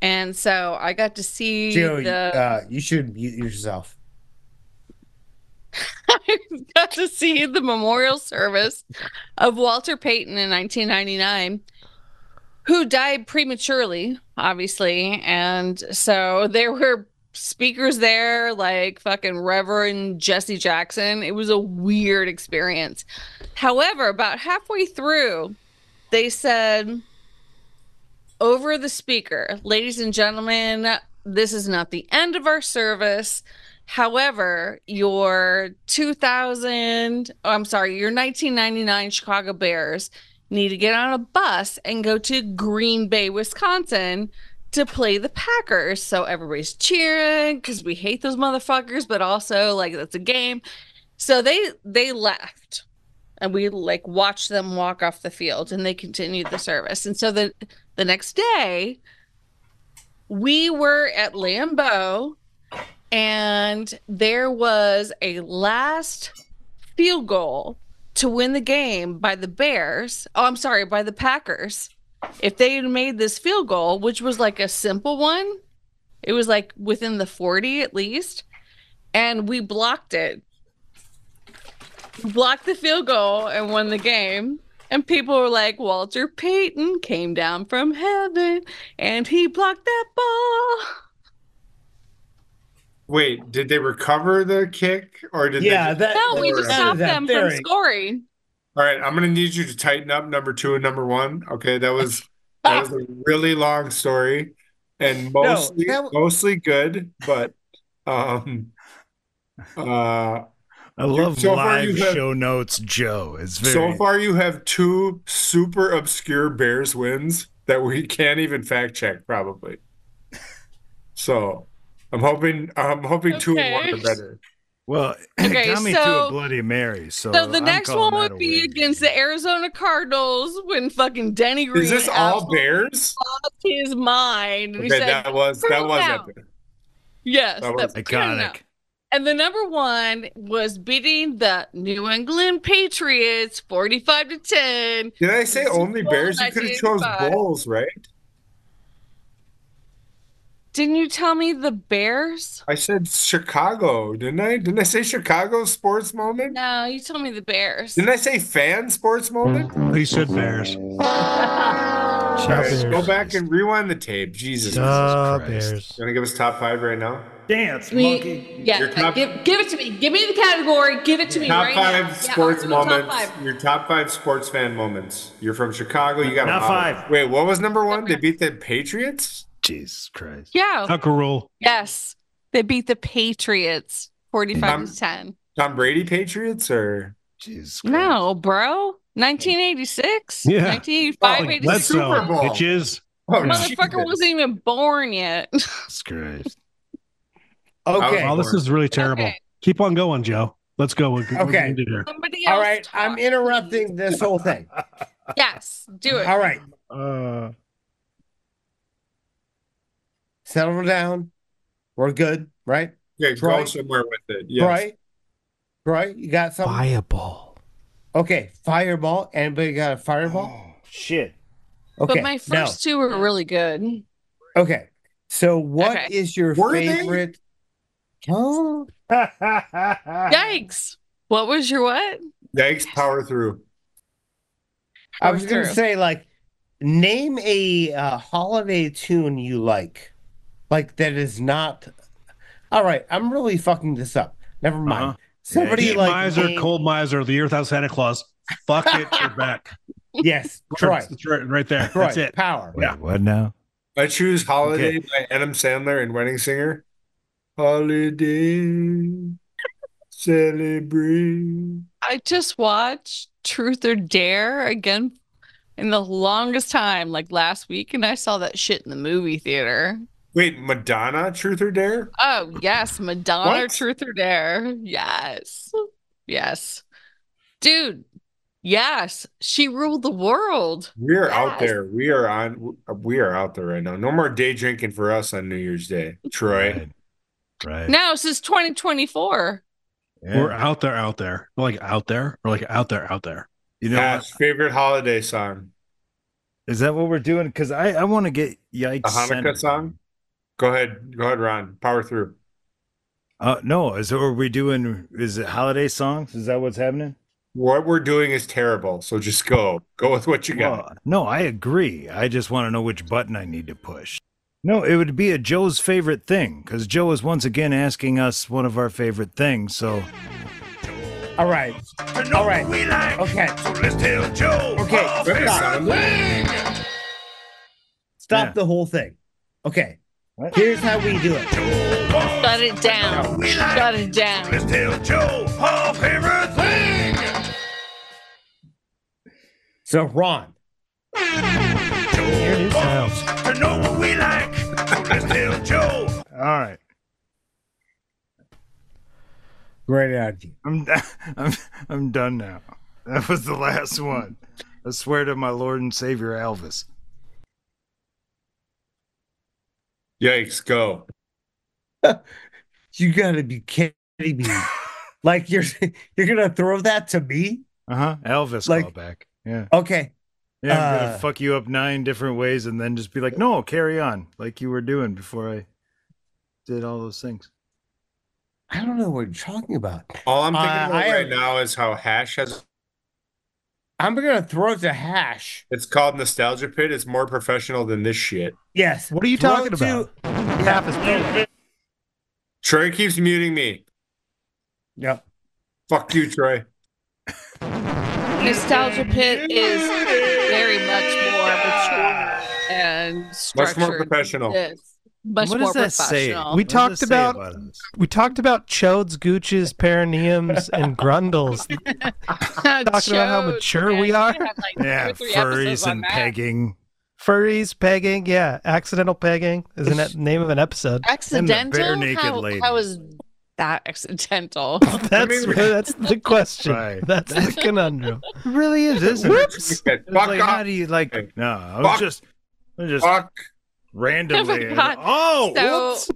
And so I got to see oh, Joe, the uh, you should mute yourself. I got to see the memorial service of Walter Payton in 1999, who died prematurely, obviously. And so there were speakers there, like fucking Reverend Jesse Jackson. It was a weird experience. However, about halfway through, they said over the speaker, ladies and gentlemen, this is not the end of our service. However, your 2000, oh, I'm sorry, your 1999 Chicago Bears need to get on a bus and go to Green Bay, Wisconsin to play the Packers. So everybody's cheering because we hate those motherfuckers, but also like that's a game. So they they left and we like watched them walk off the field and they continued the service. And so the the next day we were at Lambeau and there was a last field goal to win the game by the Bears. Oh, I'm sorry, by the Packers. If they had made this field goal, which was like a simple one, it was like within the 40 at least, and we blocked it. Blocked the field goal and won the game. And people were like, Walter Payton came down from heaven and he blocked that ball. Wait, did they recover the kick or did Yeah, they just- that. No, we Or- just That stopped them from Very- scoring. all right, I'm gonna need you to tighten up number two and number one. Okay, that was that was a really long story and mostly that w- mostly good, but um uh I love so far live you have- show notes, Joe. It's very So far, you have two super obscure Bears wins that we can't even fact check, probably. So, I'm hoping I'm hoping two and one are Okay. better. well. Okay, it got me to so- a Bloody Mary. So, So the I'm next calling one that a would be win. against the Arizona Cardinals when fucking Denny Green Is this all Bears? lost his mind. And Okay, he said, that was that "Turn was down." epic. yes, that that's was good enough. iconic. And the number one was beating the New England Patriots 45 to 10. Did I say only Bowl Bears? You could have chose 1985. Bulls, right? Didn't you tell me the Bears? I said Chicago, didn't I? Didn't I say Chicago sports moment? No, you told me the Bears. Didn't I say fan sports moment? He said bears. Alright, go back and rewind the tape. Jesus. The Christ. Bears. You want to give us top five right now? Dance, We, yeah, Your top- give, give it to me. Give me the category. Give it to me Top right five now. Yeah, sports I'll do a top moments. five. Your top five sports fan moments. You're from Chicago. You got Not a lot. five. Wait, what was number one? They beat the Patriots. Jesus Christ. Yeah. Tucker rule. Yes. They beat the Patriots 45 Um, to 10. Tom Brady Patriots or Jesus Christ. No, bro. 1986? Yeah. 1985, Like, 86. let's uh, go, Super Bowl. bitches. oh, Motherfucker wasn't even born yet. Jesus Christ. Okay. Oh, this is really terrible. Okay. Keep on going, Joe. Let's go. We're, we're Okay. gonna do here. Somebody else. All right. I'm talk, interrupting this whole thing. please. Yes, do it. All right. Uh, Settle down. We're good, right? Okay, go Troy? somewhere with it. Yes. Right? Right? You got something? Fireball. Okay. Fireball. Anybody got a Oh. fireball? shit. Okay. But my now- first two were really good. Okay. So what is Okay. your Were they? favorite? Oh, Yikes. What was your what? Yikes! Power through. I was Power going to through. say, like, name a uh, holiday tune you like. Like, that is not. All right. I'm really fucking this up. Never mind. Uh-huh. Somebody yeah. like. miser, name- cold miser, the year without Santa Claus. Fuck it, you're back. Yes. Troy. It's right, right there. Troy. That's it. Power. Wait, what now? I choose "Holiday" by Adam Sandler and Wedding Singer. Holiday, celebrate. I just watched Truth or Dare again in the longest time, like last week, and I saw that shit in the movie theater. Wait, Madonna, Truth or Dare? Oh, yes, Madonna, What? Truth or Dare. Yes. Yes. Dude, yes, she ruled the world. We are out Yes. there. We are on. uh, We are out there right now. No more day drinking for us on New Year's Day, Troy. Right. Right. Now, since 2024. Yeah. We're out there, out there. We're like out there. We're like out there, out there. You know, what? Pat's favorite holiday song. is that what we're doing? Because I, I want to get yikes. The Hanukkah centered. song? Go ahead, go ahead, Ron. Power through. Uh, no, is are we doing? Is it holiday songs? Is that what's happening? What we're doing is terrible. So just go. Go with what you got. Well, no, I agree. I just want to know which button I need to push. No, it would be a Joe's favorite thing because Joe is once again asking us one of our favorite things. So All right. All right. Okay. So let's tell Joe. Okay. Wait a Stop, second. stop Yeah. the whole thing. Okay. What? Here's how we do it. Shut it down. Shut it down. So Ron, Here it is now. all right, great idea. I'm I'm I'm done now. That was the last one. I swear to my Lord and Savior Elvis. Yikes, go. You gotta be kidding me. like you're you're gonna throw that to me? Uh huh. Elvis Like- callback. Yeah. Okay. Yeah. I'm gonna uh, fuck you up nine different ways and then just be like, no, carry on, like you were doing before I did all those things. I don't know what you're talking about. All I'm thinking Uh, about I right am- now is how Hash has I'm gonna throw it to Hash. it's called Nostalgia Pit. It's more professional than this shit. Yes. What are you Throw talking it to- about? Half is Troy keeps muting me. Yep. Fuck you, Troy. Nostalgia Pit is very much more mature and Much structured. more than professional. this. much What more does that say? professional. We What does talked that say about- us? We talked about chodes, gooches, perineums, and grundles. Talking about how Showed, mature yeah, we are. had, like, two or Yeah, three episodes furries on and that. pegging. Furries, pegging, yeah. Accidental pegging is the ne- name of an episode. and the Accidental? bare naked how, lady. how is that accidental? That's mean- that's the question. Right. That's the conundrum. It really is, isn't it? Whoops. Fuck It's like, how off. do you like? No, I was Fuck. just, I was just Fuck. randomly. Oh my God. Oh, So- whoops.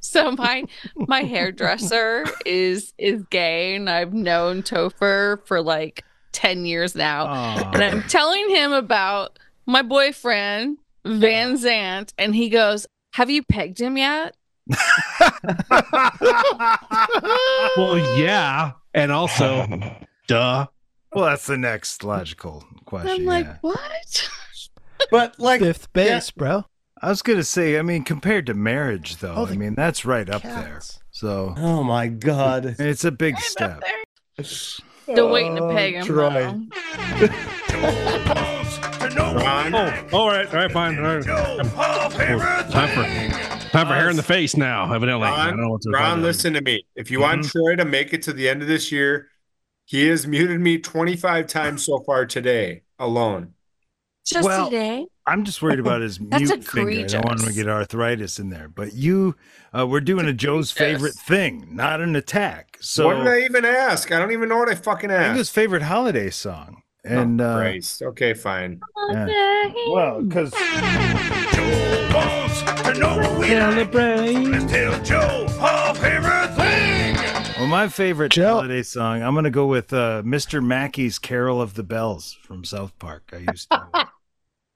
So my my hairdresser is is gay, and I've known Topher for like ten years now, Aw. and I'm telling him about my boyfriend Van Zant, and he goes, "Have you pegged him yet?" Well, yeah, and also, duh. well, that's the next logical And question. I'm like, Oh, yeah. "What?" But like, Fifth base, bro. I was gonna say, I mean, compared to marriage, though, Oh, I the mean, that's right up there. Cats. So oh my god, it's a big step. Still waiting to peg him. Troy. though. Ron, Oh, all right, all right, fine. All right. Time for time for hair in the face now. Evidently, I don't know Ron, what's Ron, listen to me. If you want Troy to make it to the end of this year, he has muted me 25 times so far today alone. Just Well, today. I'm just worried about his mute That's finger. I don't want him to egregious. get arthritis in there. But you, uh, we're doing a Joe's favorite thing, not an attack. So what did I even ask? I don't even know what I Oh, fucking I think asked. his favorite holiday song, and uh, Christ. Okay, fine. yeah. well, because Celebrate. well, my favorite Joe- holiday song, I'm gonna go with uh, Mr. Mackey's "Carol of the Bells" from South Park. I used to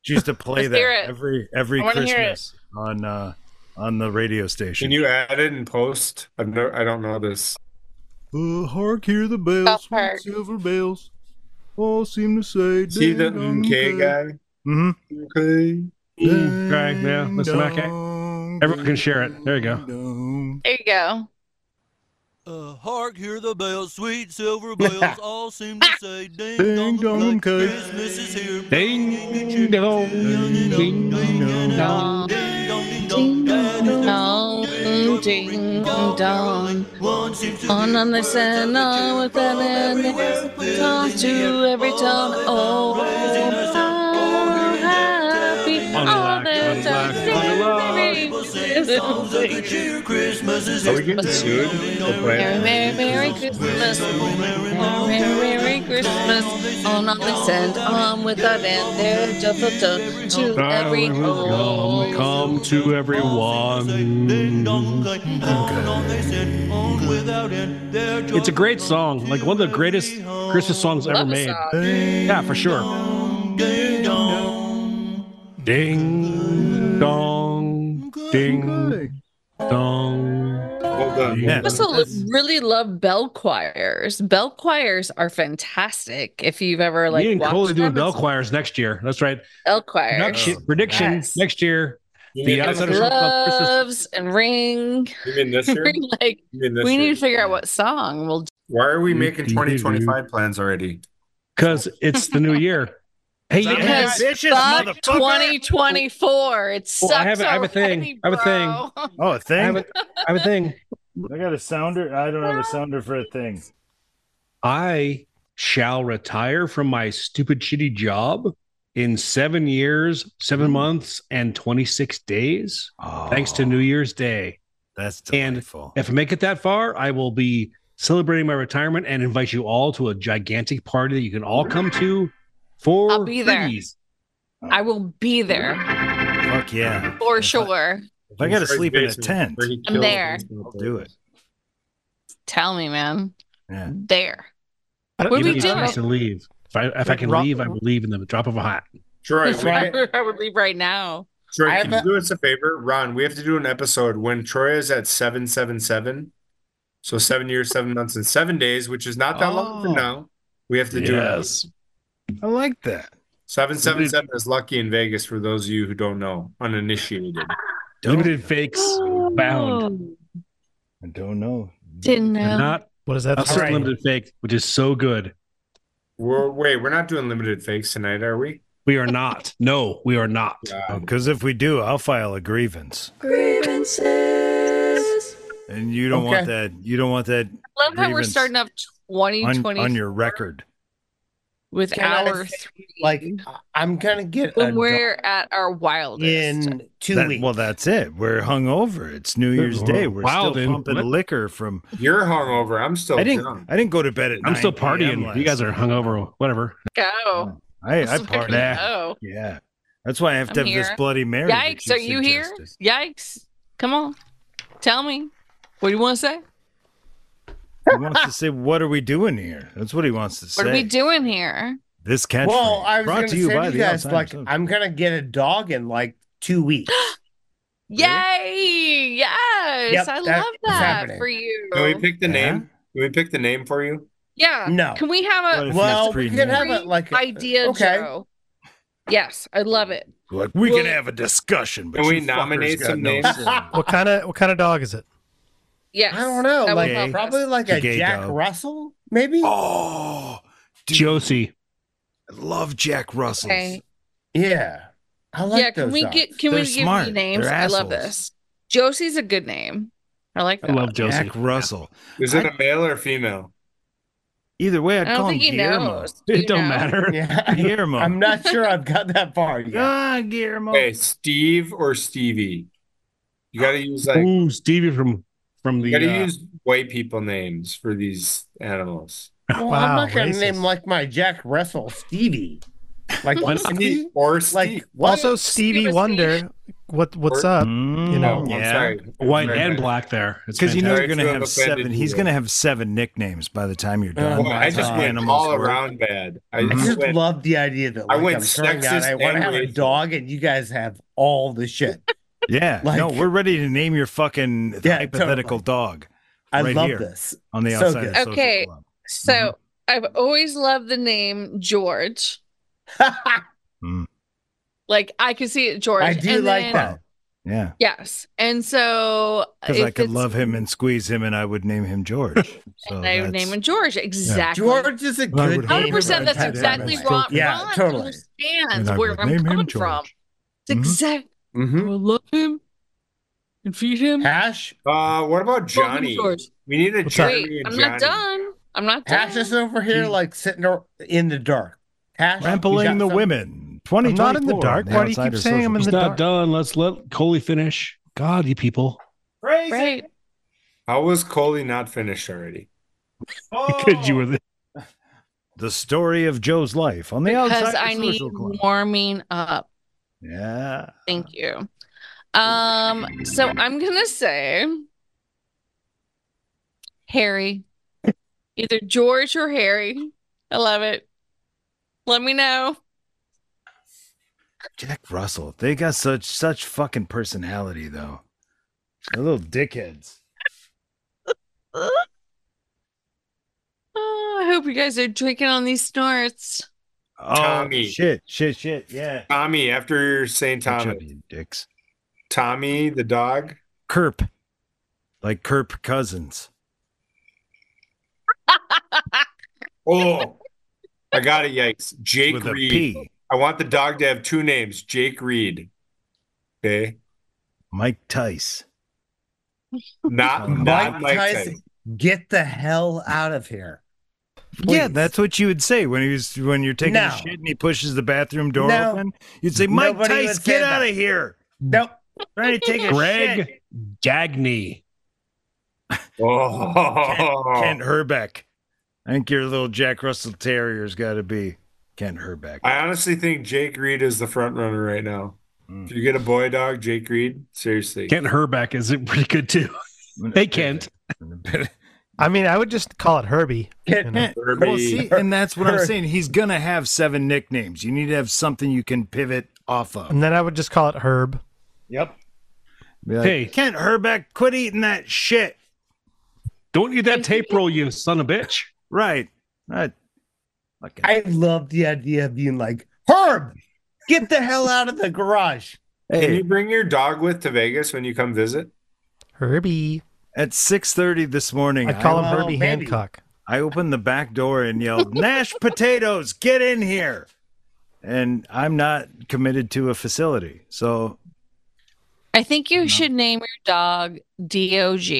used to play Let's that hear it. every every I wanna hear it. Christmas on uh, on the radio station. Can you add it and post? I've no, I don't know this. Uh, hark, hear the bells, South sweet Park. silver bells. All seem to say, See the ding-dong, okay guy? Mm-hmm. Okay. Okay, yeah, Mr. Mackey. Everyone can share it. There you go. go. There you go. Uh, hark, hear the bells, sweet silver bells, all seem to say ding, Ding dong, dong, cake. cake. Christmas is here. Ding dong, ding dong. Ding dong, ding dong, that is the Dong, ding, dong. one seems to On hear on the words sun, of on with an end, taught to every tone. Oh, how happy all the time. cheer. Christmas is Are here. we getting sued? Merry, Okay. merry, merry Christmas. Merry, merry, merry Christmas. On on the sand, on with an end, there, double tone to every Come, home. come to everyone. It's a great song, like one of the greatest Christmas songs ever Love the made. song. Yeah, for sure. Ding dong, ding dong. Well done. Yeah. I also lo- really love bell choirs. Bell choirs are fantastic. If you've ever like Me and watched Coley doing them, bell it's choirs next year. That's right. bell choirs, Production, prediction Yes. next year. The You mean- outside of Club Christmas. gloves and ring. You mean this year? You like mean this we need year? to figure out what song we'll. Why are we making 2025 plans already? because it's the new year. Hey, Sounds hey, Because fuck 2024. It sucks. Well, Oh, I have a- I have a thing. already, I have a thing. bro. Oh, a I thing? have I, a, I have a thing. got a sounder. I don't have a sounder for a thing. I shall retire from my stupid shitty job in seven years, seven months, and 26 days, Oh, thanks to New Year's Day. That's And- delightful. If I make it that far, I will be celebrating my retirement and invite you all to a gigantic party that you can all come to for I'll be there. freeze. I will be there Fuck yeah. for If I- sure. If I got to Sorry, sleep in a Jason, tent, where he I'm killed there. him. I'll do it. Tell me, man. Yeah. There. I don't What are Give we me a even doing? know. chance to leave. If I, if I Like can rock- leave, I will leave in the drop of a hat. Troy, we- I would leave right now. Troy, I can you have do us a favor? Ron, we have to do an episode when Troy is at 777. So seven years, seven months, and seven days, which is not that long Oh. from now. We have to do it. I like that. 777 is lucky in Vegas for those of you who don't know, uninitiated. Limited fakes Oh, bound. I don't know. Didn't know. Not What is that? That's song? limited fake, which is so good. We're, wait, we're not doing limited fakes tonight, are we? We are not. No, we are not. Oh. Because if we do, I'll file a grievance. Grievances. And you don't want that. You don't want that I love how we're Grievance. starting up on, 2020 on your record. with Can I our say, like I- I'm gonna get a when we're at our wildest. dog in two That- weeks. well, that's it. We're hungover. It's New Year's Day. We're Wow, still dude. pumping What? liquor from. You're hungover. I'm Oh, still I didn't. drunk. I didn't go to bed at. I'm still 9 p.m. partying. You guys last are night. hungover. Whatever. Go. I, I That's where we partied. go. Yeah, that's why I have to Oh. I'm have this here. Bloody Mary. that Yikes, are you here? suggested. Yikes. Come on. Tell me. What do you want to say? He wants to say, "What are we doing here?" That's what he wants to say. What are we doing here? This catchphrase well, I was brought gonna to you say by to you the guys, Alzheimer's like Association. I'm gonna get a dog in like two weeks. Yay! Yes. Yep, I that love is that happening. for you. Can we pick the Yeah? name? Can we pick the name for you? yeah. No. Can we have What a if well, it's we pre- could have it like a- idea, Okay. Joe? Yes, I love it. Like we Well- can have a discussion, but Can you we nominate fuckers got some no names? say. What kind of what kind of dog is it? Yes. I don't know, that would like Okay. help us. probably like It's a a gay Jack dog. Russell, maybe. Oh, dude, Josie. I love Jack Russell. Okay. Yeah, I like yeah, can those we dogs. get can They're we give smart. you They're names? I love assholes. this. Josie's a good name. I like that. I love Josie. Jack Russell. Is it a male or female? Either way, I I'd don't call him think he Guillermo. knows. Do you It don't know? matter. Yeah, Guillermo. I'm not sure I've got that far yet. Ah, Guillermo. Hey, Steve or Stevie? You got to use like Ooh, Stevie from from you the. got to uh, use white people names for these animals. Well, Wow, I'm not gonna racist. name like my Jack Russell Stevie. Like Why not? Stevie? Or Steve. Like what? Also, Steve Stevie is Wonder. What what's Or- up? Mm, You know. oh, I'm yeah. sorry. White Sorry, and guys. black there. It's Because you know fantastic. you're gonna Sorry to have have seven. offended He's you. gonna have seven nicknames by the time you're done. Oh, Boy, I That's just how went animals all work. around bad. I I Mm-hmm. just just went love the idea that I like, I went am throwing out. sexist I want to and have a racist. dog, and you guys have all the shit. Yeah. Like- no, we're ready to name your fucking Yeah, hypothetical totally. dog I Right love here. this. on the So outside. good. of Social Okay. Club. So I've always loved the name George. Mm. Like I could see it, George. I do And like then- that. Yeah. Yes, and so Because I if could it's- love him and squeeze him, and I would name him George. So and I would name that's- him George. Exactly. George is a Well, I good would hope name. Hundred percent. Name That's him George. exactly Yeah, Ron. yeah, Ron totally. And understands I where would name I'm him coming George. from. It's Mhm. Mm-hmm. exact. I Mhm. would love him and feed him. Hash, Uh, what about Love him, Johnny? George. We need a What's up? Jeremy Wait, and I'm Johnny. not done. I'm not done. Hash is over here like sitting ar- in the dark. Hash, you got Rampling the some- women. Twenty. not in the dark. Why do you keep saying I'm in He's the not dark. done. Let's let Coley finish. God, you people. right. How was Coley not finished already? Because you were the the story of Joe's life on the Because outside? I of need Social Club. warming up. Yeah. Thank you. Um, so I'm gonna say uh, Harry. Either George or Harry. I love it. Let me know. Jack Russell. They got such such fucking personality though. They're little dickheads. Oh, I hope you guys are drinking on these snorts. Oh Tommy. shit, shit, shit. Yeah. Tommy after St. Watch out, Thomas. you dicks. Tommy the dog. Kerp. Like Kerp Cousins. Oh, I got it. Yikes. Jake with a Reed. P. I want the dog to have two names Jake Reed. Okay. Mike Tice. Not, Mike not Mike Tyson, Tyson. get the hell out of here. Yeah, Please. that's what you would say when he was when you're taking a No. shit and he pushes the bathroom door No. open. You'd say, Mike Nobody would Tice, say get that. out of here. Nope. Trying to take a shit. Greg Gagne. Oh, Kent Herbeck. I think your little Jack Russell Terrier's got to be Kent Herbeck. I honestly think Jake Reed is the front runner right now. Mm. If you get a boy dog, Jake Reed, seriously. Kent Herbeck is pretty good too. Hey, Kent. I mean, I would just call it Herbie. Get- you know? Yeah, Kirby. Eh, well, see, and that's what I'm Kirby. saying. He's gonna have seven nicknames. You need to have something you can pivot off of. And then I would just call it Herb. Yep. Like, Hey. hey, Kent Herbeck, quit eating that shit. Don't eat that tape roll, you son of a bitch. Right. Right. Fucking- I love the idea of being like Herb. Get the hell out of the garage. Can Hey, you bring your dog with to Vegas when you come visit? Herbie. at 6:30 this morning, I'd I, call him Well, Herbie maybe. Hancock. I opened the back door and yelled, "Nash potatoes, get in here!" and I'm not committed to a facility. So I think you should name your dog DOG.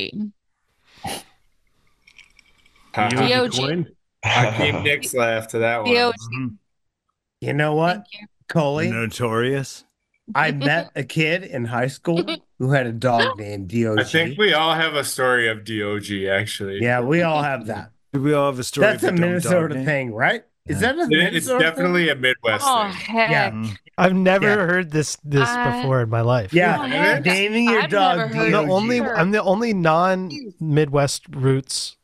DOG. I gave Nick's laugh to that one. DOG. You know what, Coley? notorious. I met a kid in high school who had a dog named DOG. I think we all have a story of DOG actually. yeah, we all have that. we all have a story. That's of a dumb dog Minnesota name. thing, right? Is that a It- It's Minnesota thing? definitely a Midwest Oh, thing. heck. Yeah, Mhm. I've never Yeah. heard this this I- before in my life. yeah. Oh, Yeah. Naming your I've never dog heard DOG. the only Sure. I'm the only non Midwest roots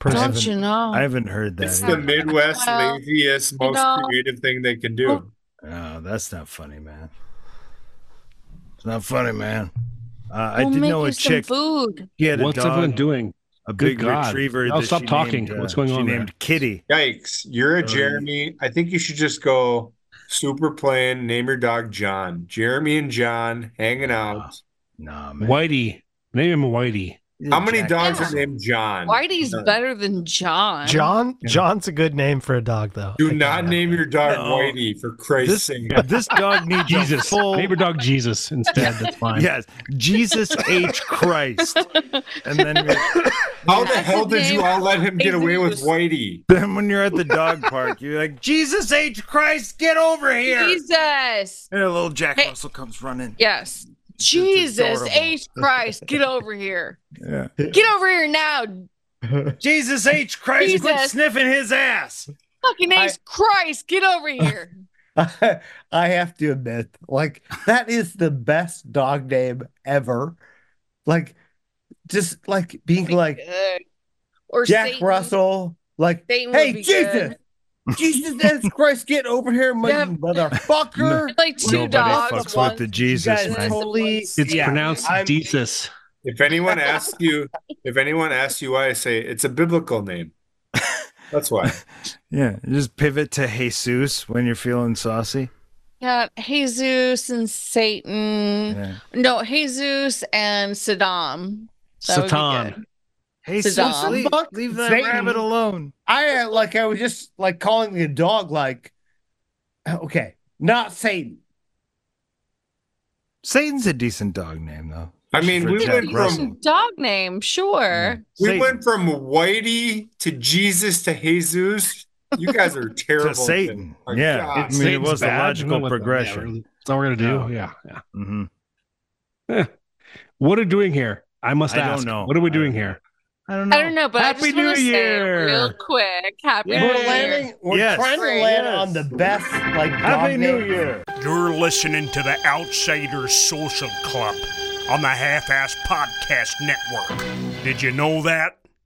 person. Don't you know? I haven't heard that. It's the either. Midwest Well, laziest, most know- creative thing they can do. Oh, that's not funny, man. It's not funny, man. Uh, I We'll did make know you a some chick. food. She had a What's dog, everyone doing? a big Good God. retriever. Now that stop she talking. named, uh, What's going on She there? named Kitty. Yikes! You're Um, a Jeremy. I think you should just go super plain. Name your dog John. Jeremy and John hanging out. Nah, man. Whitey. Name him Whitey. How many dogs Yeah. are named John? Whitey's None. better than John. John John's a good name for a dog though. I Do can not have name that. your dog No. Whitey for Christ's This, sake. this dog needs A Jesus. full, Neighbor dog Jesus instead. That's fine. Oh. Yes, Jesus H Christ, and then you're- How the That's hell his did you name. all let him get away with Jesus. Whitey? then when you're at the dog park, you're like Jesus H Christ, get over here, Jesus. and a little Jack Hey. Russell comes running. Yes. Jesus adorable. H Christ, get over here. Yeah. Get over here now. Jesus H Christ, quit Jesus. sniffing his ass. Fucking I- H Christ, get over here. I have to admit, like that is the best dog name ever. Like, just like being like Good. Or Jack Satan. Russell, like, Satan would hey be Jesus, Jesus S Christ, get over here, my Yeah. motherfucker! It's like two Nobody dogs. fucks One. with the You Jesus, guys man. man. totally. It's yeah, pronounced I'm- Jesus. If anyone asks you, if anyone asks you why, I say it's a biblical name. That's why. Yeah, just pivot to Jesus when you're feeling saucy. Yeah, Jesus and Satan. Yeah. No, Jesus and Saddam. That would be Satan. good. Hey, Saddam. Sus, leave, Fuck leave that Satan. rabbit alone. I uh, like I was just like calling the dog like uh, okay, not Satan. Satan's a decent dog name, though. I mean, For we Jack went from Russell. Decent Dog name, sure. we Satan. went from Whitey to Jesus to Jesus. You guys are terrible. Oh Satan. My Yeah. God. I mean, it was a bad. logical What the- progression. yeah, that's all we're gonna do. Yeah. yeah. Mhm. What are we doing here? I must I don't ask. know. What are we I doing don't know. here? I don't know. I don't know, but Happy I just want New to say Year. real quick, Happy Yeah. New We're Hey. Year. landing we're Yes. trying to land on the best like Happy dog New name. Year. You're listening to the Outsiders Social Club on the Half Ass Podcast Network. Did you know that?